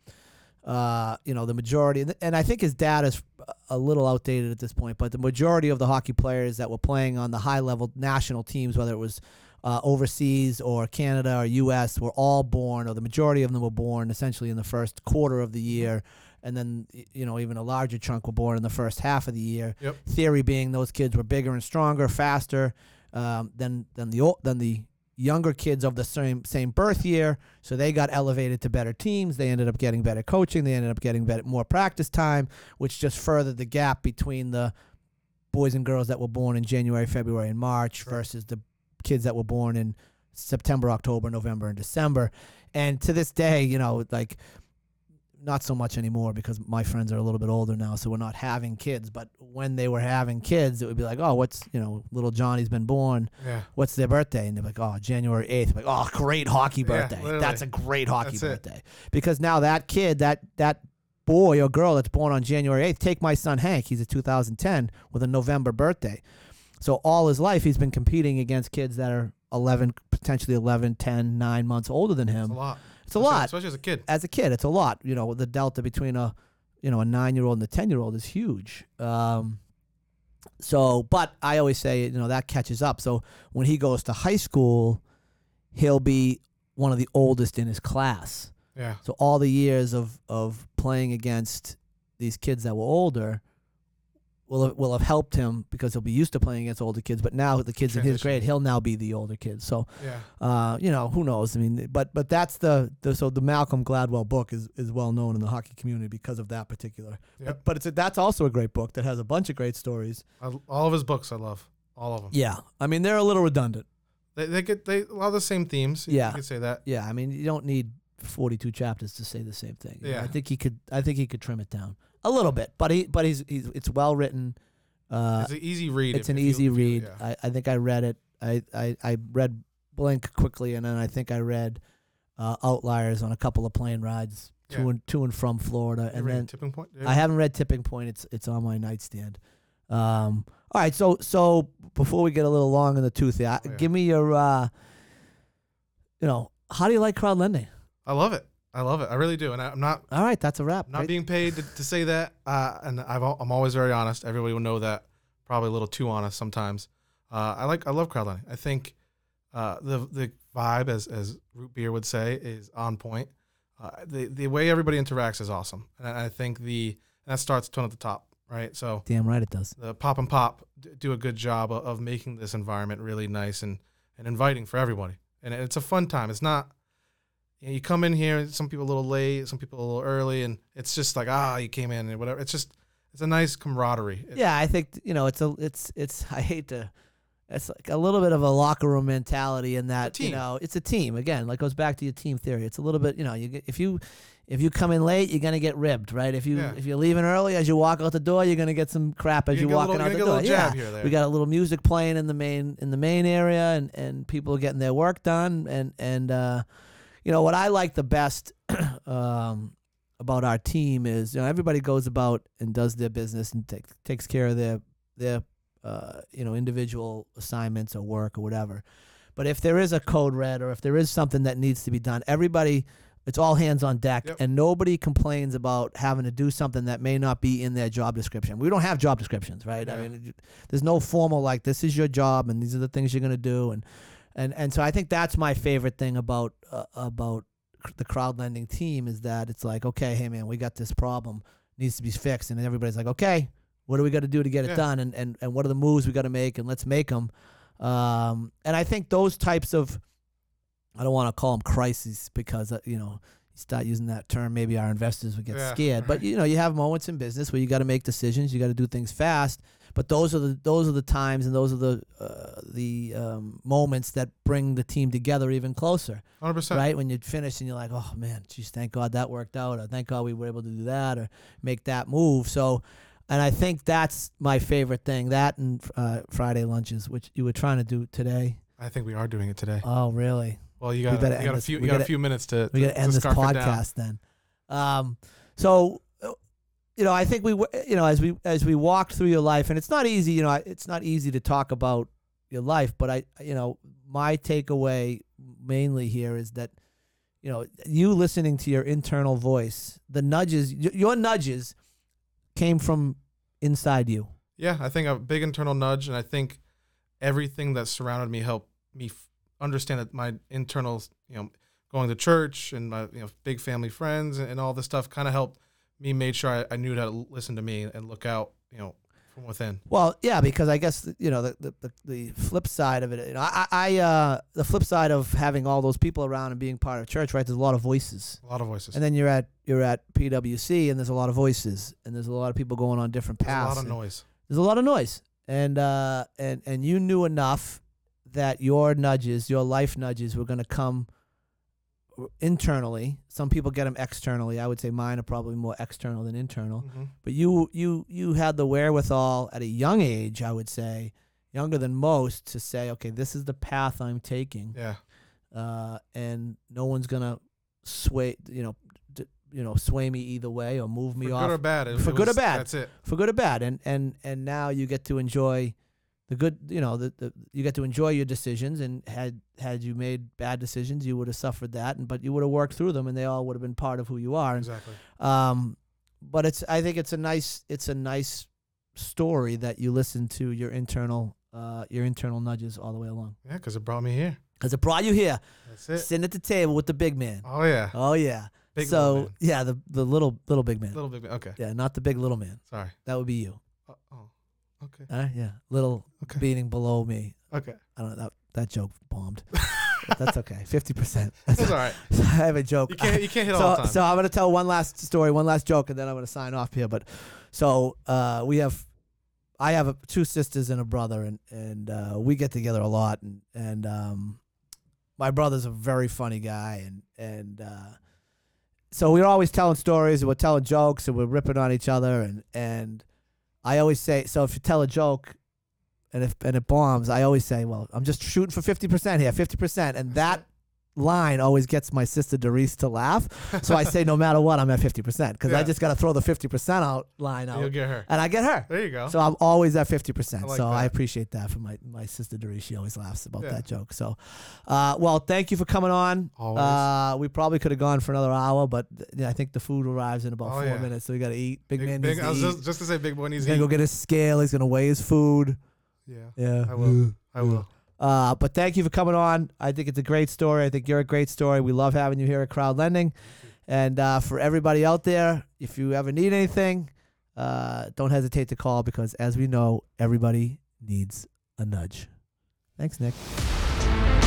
[SPEAKER 1] Uh, you know the majority, and- and I think his data is a little outdated at this point. But the majority of the hockey players that were playing on the high level national teams, whether it was uh, overseas or Canada or U.S. were all born, or the majority of them were born essentially in the first quarter of the
[SPEAKER 2] Mm-hmm.
[SPEAKER 1] year, and then y- you know even a larger chunk were born in the first half of the year.
[SPEAKER 2] Yep.
[SPEAKER 1] Theory being those kids were bigger and stronger, faster um, than than the ol- than the younger kids of the same same birth year, so they got elevated to better teams. They ended up getting better coaching. They ended up getting better more practice time, which just furthered the gap between the boys and girls that were born in January, February, and March
[SPEAKER 2] Right.
[SPEAKER 1] versus the kids that were born in September, October, November, and December. And to this day, you know, like not so much anymore because my friends are a little bit older now, so we're not having kids. But when they were having kids, it would be like, oh, what's you know, little Johnny's been born.
[SPEAKER 2] Yeah.
[SPEAKER 1] What's their birthday? And they're like, oh, January eighth. Like, oh, great hockey birthday.
[SPEAKER 2] literally.
[SPEAKER 1] That's a great hockey
[SPEAKER 2] That's it.
[SPEAKER 1] birthday because now that kid, that that boy or girl that's born on January eighth, take my son Hank. He's a 2010 with a November birthday. So all his life he's been competing against kids that are 11, potentially 11, 10, 9 months older than
[SPEAKER 2] It's a
[SPEAKER 1] him.
[SPEAKER 2] lot.
[SPEAKER 1] um, It's a lot
[SPEAKER 2] Especially as a kid.
[SPEAKER 1] as a kid, it's a lot. You know, the delta between a you know a nine year old and a ten year old is huge. Um, so, but I always say you know that catches up. So when he goes to high school, he'll be one of the oldest in his class.
[SPEAKER 2] Yeah.
[SPEAKER 1] So all the years of of playing against these kids that were older will have, will have helped him because he'll be used to playing against older kids. But now the kids in his
[SPEAKER 2] Transition.
[SPEAKER 1] grade, he'll now be the older kid. So
[SPEAKER 2] Yeah.
[SPEAKER 1] uh, you know, who knows? I mean, but but that's the, the so the Malcolm Gladwell book is, is well known in the hockey community because of that particular.
[SPEAKER 2] Yep.
[SPEAKER 1] But, but it's a, that's also a great book that has a bunch of great stories.
[SPEAKER 2] I, all of his books, I love. All of them.
[SPEAKER 1] Yeah, I mean they're a little redundant.
[SPEAKER 2] They, they get they a lot of the same themes. You-
[SPEAKER 1] Yeah.
[SPEAKER 2] You could say that.
[SPEAKER 1] Yeah, I mean you don't need forty two chapters to say the same thing. You know,
[SPEAKER 2] Yeah.
[SPEAKER 1] I think he could. I think he could trim it down a little bit. But he but he's, he's it's well written. Uh,
[SPEAKER 2] It's an easy read.
[SPEAKER 1] it's
[SPEAKER 2] if-
[SPEAKER 1] an
[SPEAKER 2] if you-
[SPEAKER 1] easy
[SPEAKER 2] if you-
[SPEAKER 1] read. uh,
[SPEAKER 2] yeah.
[SPEAKER 1] I, I think I read it. I, I, I read Blink quickly, and then I think I read uh, Outliers on a couple of plane rides to
[SPEAKER 2] Yeah.
[SPEAKER 1] and to and from Florida,
[SPEAKER 2] You
[SPEAKER 1] and
[SPEAKER 2] read
[SPEAKER 1] then
[SPEAKER 2] tipping point.
[SPEAKER 1] I haven't read Tipping Point. It's it's on my nightstand. Um, all right, so so before we get a little long in the tooth, here, I-
[SPEAKER 2] Oh, yeah.
[SPEAKER 1] give me your, uh, you know, how do you like crowd lending?
[SPEAKER 2] I love it. I love it. I really do. And I, I'm not
[SPEAKER 1] All right, that's a wrap.
[SPEAKER 2] I'm not
[SPEAKER 1] Great.
[SPEAKER 2] being paid to, to say that, uh, and I've, al- I'm always very honest. Everybody will know that. Probably a little too honest sometimes. Uh, I like I love crowdlending. I think uh, the the vibe, as as root beer would say, is on point. uh, the the way everybody interacts is awesome, and I I think the and that starts tone at the top, right? So
[SPEAKER 1] Damn right it does.
[SPEAKER 2] the pop and pop d- do a good job of, of making this environment really nice and, and inviting for everybody and it's a fun time it's not you, know, you come in here some people a little late some people a little early and it's just like ah you came in and whatever it's just it's a nice camaraderie It-
[SPEAKER 1] yeah, I think you know it's a it's it's I hate to it's like a little bit of a locker room mentality in that you
[SPEAKER 2] team.
[SPEAKER 1] know it's a team again like goes back to your team theory it's a little bit you know you get, if you if you come in late you're gonna get ribbed right if you
[SPEAKER 2] Yeah.
[SPEAKER 1] if you're leaving early as you walk out the door you're gonna get some crap as
[SPEAKER 2] you're
[SPEAKER 1] you're, walking
[SPEAKER 2] gonna get a
[SPEAKER 1] out the
[SPEAKER 2] little, you're gonna
[SPEAKER 1] door
[SPEAKER 2] get a little jab
[SPEAKER 1] "Oh, yeah
[SPEAKER 2] here or there
[SPEAKER 1] we got a little music playing in the main in the main area and and people are getting their work done and and uh you know what i like the best um about our team is you know everybody goes about and does their business and takes takes care of their their uh you know individual assignments or work or whatever but if there is a code red or if there is something that needs to be done everybody it's all hands on deck
[SPEAKER 2] Yep.
[SPEAKER 1] and nobody complains about having to do something that may not be in their job description we don't have job descriptions right i
[SPEAKER 2] Yeah.
[SPEAKER 1] mean it- there's no formal like this is your job and these are the things you're going to do and and and so i think that's my favorite thing about uh, about cr- the crowd lending team is that it's like okay hey man we got this problem needs to be fixed and everybody's like okay what do we got to do to get it
[SPEAKER 2] Yeah.
[SPEAKER 1] done and, and and what are the moves we got to make and let's make them um and i think those types of i don't want to call them crises because uh, you know you start using that term maybe our investors would get
[SPEAKER 2] Yeah,
[SPEAKER 1] scared but
[SPEAKER 2] right.
[SPEAKER 1] you know you have moments in business where you got to make decisions you got to do things fast but those are the those are the times and those are the uh, the um, moments that bring the team together even closer
[SPEAKER 2] 100%
[SPEAKER 1] right? When you'd finish and you're like, oh man, geez, thank God that worked out, or thank God we were able to do that, or make that move. So, and I think that's my favorite thing that and uh, Friday lunches, which you were trying to do today.
[SPEAKER 2] i think we are doing it today
[SPEAKER 1] Oh, really?
[SPEAKER 2] well you got,
[SPEAKER 1] better
[SPEAKER 2] you
[SPEAKER 1] end
[SPEAKER 2] got a
[SPEAKER 1] this-
[SPEAKER 2] few
[SPEAKER 1] we
[SPEAKER 2] you got
[SPEAKER 1] gotta-
[SPEAKER 2] a few minutes to
[SPEAKER 1] We got
[SPEAKER 2] to-
[SPEAKER 1] to
[SPEAKER 2] to
[SPEAKER 1] end this
[SPEAKER 2] scarf it down.
[SPEAKER 1] podcast then. Um, so, uh, you know, I think we, w- you know, as we as we walked through your life, and it's not easy, you know, I- it's not easy to talk about your life, but I, you know, my takeaway mainly here is that, you know, you listening to your internal voice, the nudges, y- your nudges, came from inside you.
[SPEAKER 2] yeah i think a big internal nudge and i think everything that surrounded me helped me f- understand that my internal you know going to church and my you know big family friends and, and all this stuff kind of helped me made sure I, I knew how to l- listen to me and look out you know from within
[SPEAKER 1] Well, yeah, because I guess you know the the, the, the flip side of it. You know, I, I uh, the flip side of having all those people around and being part of church, right? There's a lot of voices,
[SPEAKER 2] a lot of voices
[SPEAKER 1] and then you're at you're at PwC, and there's a lot of voices, and there's a lot of people going on different
[SPEAKER 2] There's a
[SPEAKER 1] paths.
[SPEAKER 2] lot of
[SPEAKER 1] and
[SPEAKER 2] noise
[SPEAKER 1] There's a lot of noise, and uh, and and you knew enough that your nudges, your life nudges, were going to come internally. Some people get them externally. I would say mine are probably more external than internal
[SPEAKER 2] hmm
[SPEAKER 1] but you you you had the wherewithal at a young age i would say younger than most to say okay this is the path i'm taking
[SPEAKER 2] yeah
[SPEAKER 1] uh, and no one's gonna sway you know d- you know sway me either way or move
[SPEAKER 2] for
[SPEAKER 1] me
[SPEAKER 2] good
[SPEAKER 1] off
[SPEAKER 2] or bad it-
[SPEAKER 1] for
[SPEAKER 2] it
[SPEAKER 1] good or
[SPEAKER 2] was-
[SPEAKER 1] bad.
[SPEAKER 2] that's it
[SPEAKER 1] for good or bad and and and now you get to enjoy the good you know the, the you get to enjoy your decisions and had had you made bad decisions you would have suffered that and but you would have worked through them and they all would have been part of who you are and
[SPEAKER 2] exactly
[SPEAKER 1] um, but it's I think it's a nice it's a nice story that you listen to your internal uh, your internal nudges all the way along.
[SPEAKER 2] yeah because it brought me here
[SPEAKER 1] Cause it brought you here,
[SPEAKER 2] that's it
[SPEAKER 1] sitting at the table with the big man.
[SPEAKER 2] Eh. oh yeah
[SPEAKER 1] Oh yeah.
[SPEAKER 2] big
[SPEAKER 1] so
[SPEAKER 2] little, man.
[SPEAKER 1] yeah, the the little little big man.
[SPEAKER 2] little big man. okay
[SPEAKER 1] Yeah, not the big little man.
[SPEAKER 2] sorry
[SPEAKER 1] That would be you.
[SPEAKER 2] oh oh. okay
[SPEAKER 1] All right, yeah, little
[SPEAKER 2] Okay.
[SPEAKER 1] beating below me.
[SPEAKER 2] okay
[SPEAKER 1] I don't know that that joke bombed. But that's okay. Fifty percent.
[SPEAKER 2] that's all right
[SPEAKER 1] I have a joke.
[SPEAKER 2] you can't you can't hit all the
[SPEAKER 1] so,
[SPEAKER 2] time
[SPEAKER 1] so I'm gonna tell one last story, one last joke, and then I'm gonna sign off here. But so uh, we have, I have a, two sisters and a brother, and and uh, we get together a lot, and and um, my brother's a very funny guy, and and uh, so we're always telling stories, and we're telling jokes, and we're ripping on each other, and and I always say, so if you tell a joke. And if and it bombs, I always say, "Well, I'm just shooting for fifty percent here, fifty percent," and that line always gets my sister Doris to laugh. So I say, no matter what, I'm at 50% because I
[SPEAKER 2] Yeah.
[SPEAKER 1] just got to throw the 50% out line out
[SPEAKER 2] you'll get her
[SPEAKER 1] and I get her.
[SPEAKER 2] there you go
[SPEAKER 1] So I'm always at 50%.
[SPEAKER 2] I like
[SPEAKER 1] so I
[SPEAKER 2] that.
[SPEAKER 1] appreciate that from my, my sister Doris. She always laughs about
[SPEAKER 2] Yeah.
[SPEAKER 1] that joke. So, uh, well, thank you for coming on.
[SPEAKER 2] Always.
[SPEAKER 1] Uh, we probably could have gone for another hour, but th- yeah, I think the food arrives in about
[SPEAKER 2] Oh,
[SPEAKER 1] four
[SPEAKER 2] yeah.
[SPEAKER 1] minutes. So we got to eat. Big, man needs
[SPEAKER 2] I
[SPEAKER 1] to
[SPEAKER 2] was
[SPEAKER 1] eat.
[SPEAKER 2] just, just to say big boy needs
[SPEAKER 1] He's
[SPEAKER 2] to
[SPEAKER 1] going to go
[SPEAKER 2] eat.
[SPEAKER 1] get his scale. He's going to weigh his food.
[SPEAKER 2] Yeah.
[SPEAKER 1] Yeah.
[SPEAKER 2] I will. I will.
[SPEAKER 1] Uh, but thank you for coming on. I think it's a great story. I think you're a great story. We love having you here at Crowd Lending. And uh, for everybody out there, if you ever need anything, uh, don't hesitate to call because, as we know, everybody needs a nudge. Thanks, Nick.